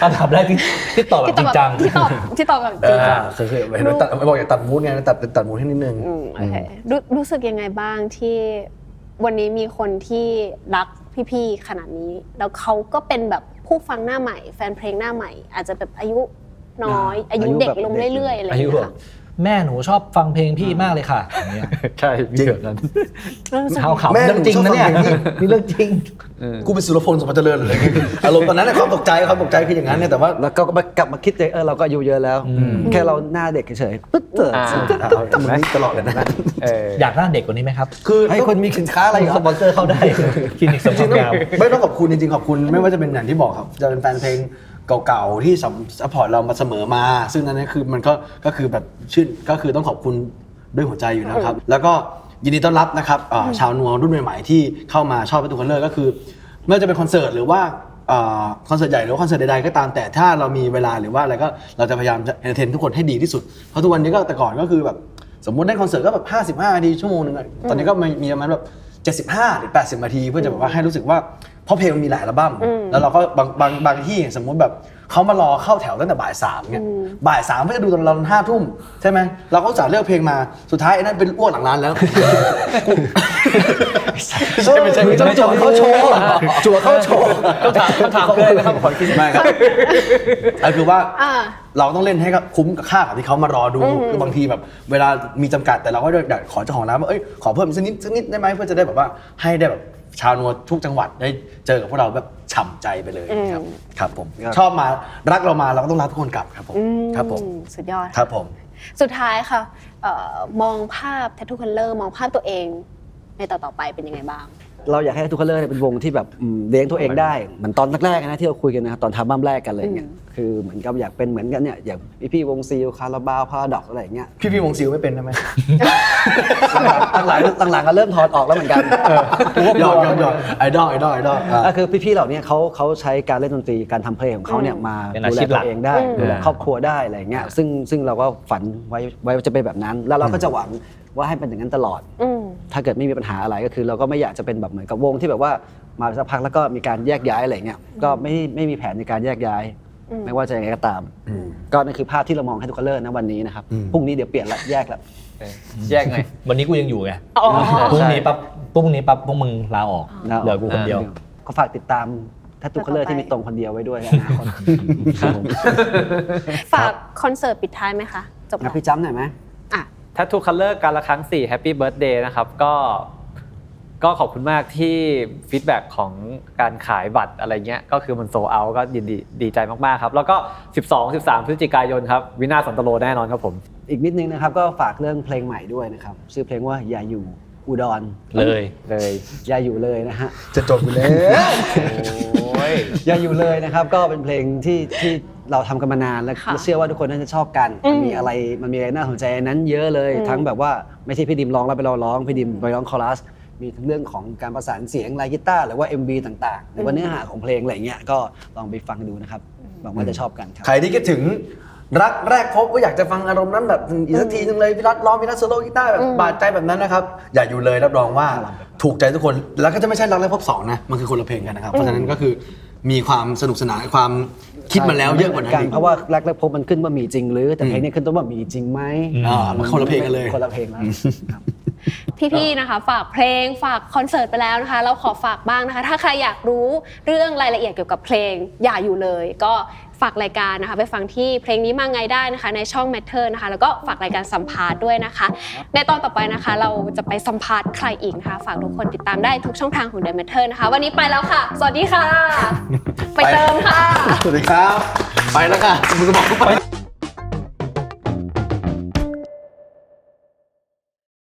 Speaker 3: คำถามแรกที่ที่ตอบแบบจริงจัง
Speaker 1: ที่ตอ บแบบที่ตอบที่ตอบแบบจริงจัง
Speaker 2: คือคือเห็นไหมตัดไม่บอกอย่าตัดมูดไงตัดตัดมูดให้นิดนึง
Speaker 1: อืมโอเครู้รู้สึกยังไงบ้างที่วันนี้มีคนที่รักพี่ๆขนาดนี้ แล้วเขาก็เป็นแบบผู้ฟังหน้าใหม่ แฟนเพลงหน้าใหม่ อาจจะแบบอายุน้อย อายุเด็กลงเรื่อยๆอะไรอ
Speaker 3: อา
Speaker 1: ย่าง
Speaker 3: ยุ
Speaker 1: เงี้ย
Speaker 3: แบบ
Speaker 1: ค่ะ
Speaker 3: แม่หนูชอบฟังเพลงพี่มากเลยค่ะอย่างเงี้ย
Speaker 5: ใช่มีแบบนั้น
Speaker 1: แล้วรู้สึก
Speaker 3: ข่าวข่าว
Speaker 2: แม่หนู
Speaker 3: เรื่องจริงนะเนี่ย
Speaker 2: ชอบฟังเพลงพี่
Speaker 3: นี่เรื่องจริง
Speaker 2: กูเป็นสุรพลสมบัติเจริญเลย อารมณ์ตอนนั้นนะความตกใจความตกใจคืออย่างนั้นเนี่ยแต่ว่า
Speaker 4: แล้วก็มากลับมาคิดเลยเออเราก็อายุเยอะแล้ว แค่เราหน้าเด็กเฉยๆปึ๊ดเติร์ด
Speaker 5: อ่า
Speaker 2: เอาเอามึงนี่ตลอดเลยนะ
Speaker 5: เออ
Speaker 3: อยากหน้าเด็กกว่านี้ไหมครับ
Speaker 2: คือ
Speaker 4: ให้คนมีสินค้าอะไร
Speaker 3: ให้
Speaker 4: ค
Speaker 3: ส
Speaker 4: รับ
Speaker 3: ปอนเซอร์เข้าได้คลินิกส
Speaker 2: จ
Speaker 3: ม
Speaker 2: ริงๆต้อง
Speaker 3: งาม
Speaker 2: ไม่ต้องขอบคุณจริงๆขอบคุณไม่ว่าจะเป็นอย่างที่บอกครับ จะเป็นแฟนเพลงเก่าๆที่ซัพพอร์ตเรามาเสมอมา ซึ่งนั่นนี่คือมันก็ก็คือแบบชื่นก็คือต้องขอบคุณด้วยหัวใจอยู่นะครับ แล้วก็ยินดีต้อนรับนะครับอ่าชาวนัวรุ่นใหม่ๆที่เข้ามาชอบประตูคอนเลอร์ก็คือ ไม่ว่าจะเป็นคอนเสิร์ตหรือว่าอ่าคอนเสิร์ตใหญ่หรือว่าคอนเสิร์ตใดๆก็ตามแต่ถ้าเรามีเวลาหรือว่าอะไรก็เราจะพยายามจะเอนเตอร์เทนทุกคนให้ดีที่สุด เพราะทุกวันนี้ก็แต่ก่อนก็คือแบบสมมติได้คอนเสิร์ตก็แบบ55นาทีชั่วโมงหนึงอะตอนนี้ก็มีมีประมาณแบบ 75 หรือ 80 นาที เพื่อจะแบบว่าให้รู้สึกว่าเพราะเพลงมันมีหลายอัลบั้มแล้วเราก็บางบางบางที่สมมุติแบบเขามารอเข้าแถวตั้งแต่บ่ายสามเนี่ยบ่ายสามเพื่อจะดูตอนเราห้าทุ่มใช่ไหมเราก็จะเลือกเพลงมาสุดท้ายไอ้นั่นเป็นอ้วกหลังร้านแล้ว
Speaker 3: ใช่ไม่ใช่ไม่ใช่
Speaker 2: จั่วเข้าโชว์จั่วเข้าโชว์
Speaker 5: คำถามคำถามคืออะไรนะครับขอคิด
Speaker 2: ไม่ครับก็คือว่า
Speaker 1: อ่า
Speaker 2: เราต้องเล่นให้กับคุ้มกับค่ากับที่เขามารอดูคือบางทีแบบ เวลามีจำกัดแต่เราก็อยากขอเจ้าของร้านว่าเอ้ยขอเพิ่มสักนิดสักนิดได้ไหมเพื่อจะได้แบบว่าให้ได้แบบชาวนัวทุกจังหวัดได้เจอกับพวกเราแบบฉ่ำใจไปเลยครับครับผม
Speaker 4: ครับ
Speaker 2: ชอบมารักเรามาเราก็ต้องรักทุกคนกลับครับผม
Speaker 1: อืม
Speaker 2: ครับผม
Speaker 1: สุดยอดะ
Speaker 2: ครับผม
Speaker 1: สุดท้ายค่ะเอ่อมองภาพแททูคัลเลอร์มองภาพตัวเอง ในต่อๆไปเป็นยังไงบ้าง
Speaker 4: เราอยากให้ทุกคนเลอร์เนี่ยเป็นวงที่แบบอืมเลี้ยงตัวเองได้เหมือนตอนแรกๆนะที่เราคุยกันนะครับตอนทำบ้ามแรกกันอะไรเงี้ยคือเหมือนกับอยากเป็นเหมือนกันเนี่ยอย่างพี่ๆวงซีลคาราบาวพาราดอกอะไรอย่างเงี้ย
Speaker 2: พี่พี่วงซิลไม่เป็นใช่ไหม
Speaker 4: หลังๆหลังๆหลังๆก็เริ่มถอดออกแล้วเหมือนกัน
Speaker 2: ยอ มยอมยอมไอดอลไอดอลไอดอลอ่ะ
Speaker 4: ก็คือพี่ๆเหล่าเนี้เขาเขาใช้การเล่นดนตรีการทำเพลงของเขาเนี่ยมา
Speaker 3: เป็นอา
Speaker 4: ดู
Speaker 3: ชี
Speaker 4: แล
Speaker 3: พหลั
Speaker 4: ตั
Speaker 3: ก
Speaker 4: วเองได้ดูแลครอบครัวได้อะไรเงี้ยซึ่งซึ่งเราก็ฝันไว้ไว้ว่าจะเป็นแบบนั้น แล้วเราก็จะหวังว่าให้เป็นอย่างนั้นตลอด
Speaker 1: อืม
Speaker 4: ถ้าเกิดไม่มีปัญหาอะไรก็คือเราก็ไม่อยากจะเป็นแบบเหมือนกับวงที่แบบว่ามาสักพักแล้วก็มีการแยกย้ายอะไรเงี้ยก็ไม่ไม่มีแผนในการแยกย้าย
Speaker 1: อืม
Speaker 4: ไม่ว่าจะยังไงก็ตาม ก็นั่นคือภาพที่เรามองให้ทุกคนเลิกนะวันนี้นะครับ
Speaker 2: อืม
Speaker 4: พรุ่งนี้เดี๋ยวเปลี่ยนละแยกละ
Speaker 5: แยกไง
Speaker 3: วันนี้กูยังอยู่ไง
Speaker 1: อ๋อ
Speaker 3: พรุ่งนี้ปั๊บพรุ่งนี้ปั๊บพวกมึงลาออก
Speaker 4: ลาออก
Speaker 3: เหลือกูคนเดียว
Speaker 4: ก็ฝากติดตามถ้าตุกเลอร์ที่มีตรงคนเดียวไว้ด้วยในอนาคต
Speaker 1: ฝากคอนเสิร์ตปิดท้ายไหมคะจบ
Speaker 4: นะ
Speaker 1: แล้ว
Speaker 4: พี่จ้ำหน่อยไหม
Speaker 1: อ่ะ
Speaker 5: ทัตทูคัลเลอร์การละครั้ง4 Happy Birthday นะครับก็ก็ขอบคุณมากที่ฟีดแบ็กของการขายบัตรอะไรเงี้ยก็คือมันโซเอาก็ยินดีดีใจมาก ๆ ครับ แล้วก็ 12 13 พฤศจิกายนครับ วินาศสันตโลแน่นอนครับผม
Speaker 4: อีกนิดนึงนะครับก็ฝากเรื่องเพลงใหม่ด้วยนะครับ ชื่อเพลงว่าอย่าอยู่อุดร
Speaker 3: เลย
Speaker 5: เลย
Speaker 4: อย่าอยู่เลยนะฮะ
Speaker 2: จะจบอยู่แล้ว
Speaker 5: โอ้ย
Speaker 4: อย่าอยู่เลยนะครับก็เป็นเพลงที่ที่เราทำกันมานานและ
Speaker 1: ค่ะ
Speaker 4: เชื่อว่าทุกคนน่าจะชอบกัน
Speaker 1: อืม
Speaker 4: มันมีอะไรมันมีอะไรน่าสนใจในนั้นเยอะเลย
Speaker 1: อืม
Speaker 4: ทั้งแบบว่าไม่ใช่พี่ดิมร้องแล้วไปเราร้องพี่ดิมไปร้องคอรัสมีทั้งเรื่องของการประสานเสียงลายกีตาร์หรือว่า MV ต่างๆหรือว่าเนื้อหาของเพลงอะไรเงี้ยก็ลองไปฟังดูนะครับหวังว่าจะชอบกันครับ
Speaker 2: ใครที่คิดถึงรักแรกพบว่าอยากจะฟังอารมณ์นั้นแบบอีกสักทีนึงเลยพี่รัตร้องพี่รัตโซโล่กีตาร์แบบบาดใจแบบนั้นนะครับอย่าอยู่เลยรับรองว่าถูกใจทุกคนแล้วก็จะไม่ใช่รักแรกพบสองนะมันคือคนละเพลงกันนะครับเพราะฉะนั้นก็คือมีความสนุกสนานความคิดมาแล้วเยอะกว่านั้นอีก
Speaker 4: เพราะว่าแรกแรกพบมันขึ้นว่ามีจริงหรือ แต่เพลงนี้ขึ้นต้นว่ามีจริงไหม
Speaker 2: อ่ามันคนละเพลงกันเลย
Speaker 4: คนละเพลงแล้วครับ
Speaker 1: พี่ๆนะคะ ฝากเพลงฝากคอนเสิร์ตไปแล้วนะคะ เราขอฝากบ้างนะคะ ถ้าใครอยากรู้เรื่องรายละเอียดเกี่ยวกับเพลง อย่าอยู่เลย ก็ ฝากรายการนะคะ ไปฟังที่เพลงนี้มาไงได้นะคะ ในช่อง Matter นะคะ แล้วก็ฝากรายการสัมภาษณ์ด้วยนะคะ ในตอนต่อไปนะคะ เราจะไปสัมภาษณ์ใครอีกนะคะ ฝากทุกคนติดตามได้ทุกช่องทางของ The Matter นะคะ วันนี้ไปแล้วค่ะ สวัสดีค่ะ ไปเติมค่ะ
Speaker 2: สวัสดีครับ ไปแล้วค่ะมึงจะบอกกูไป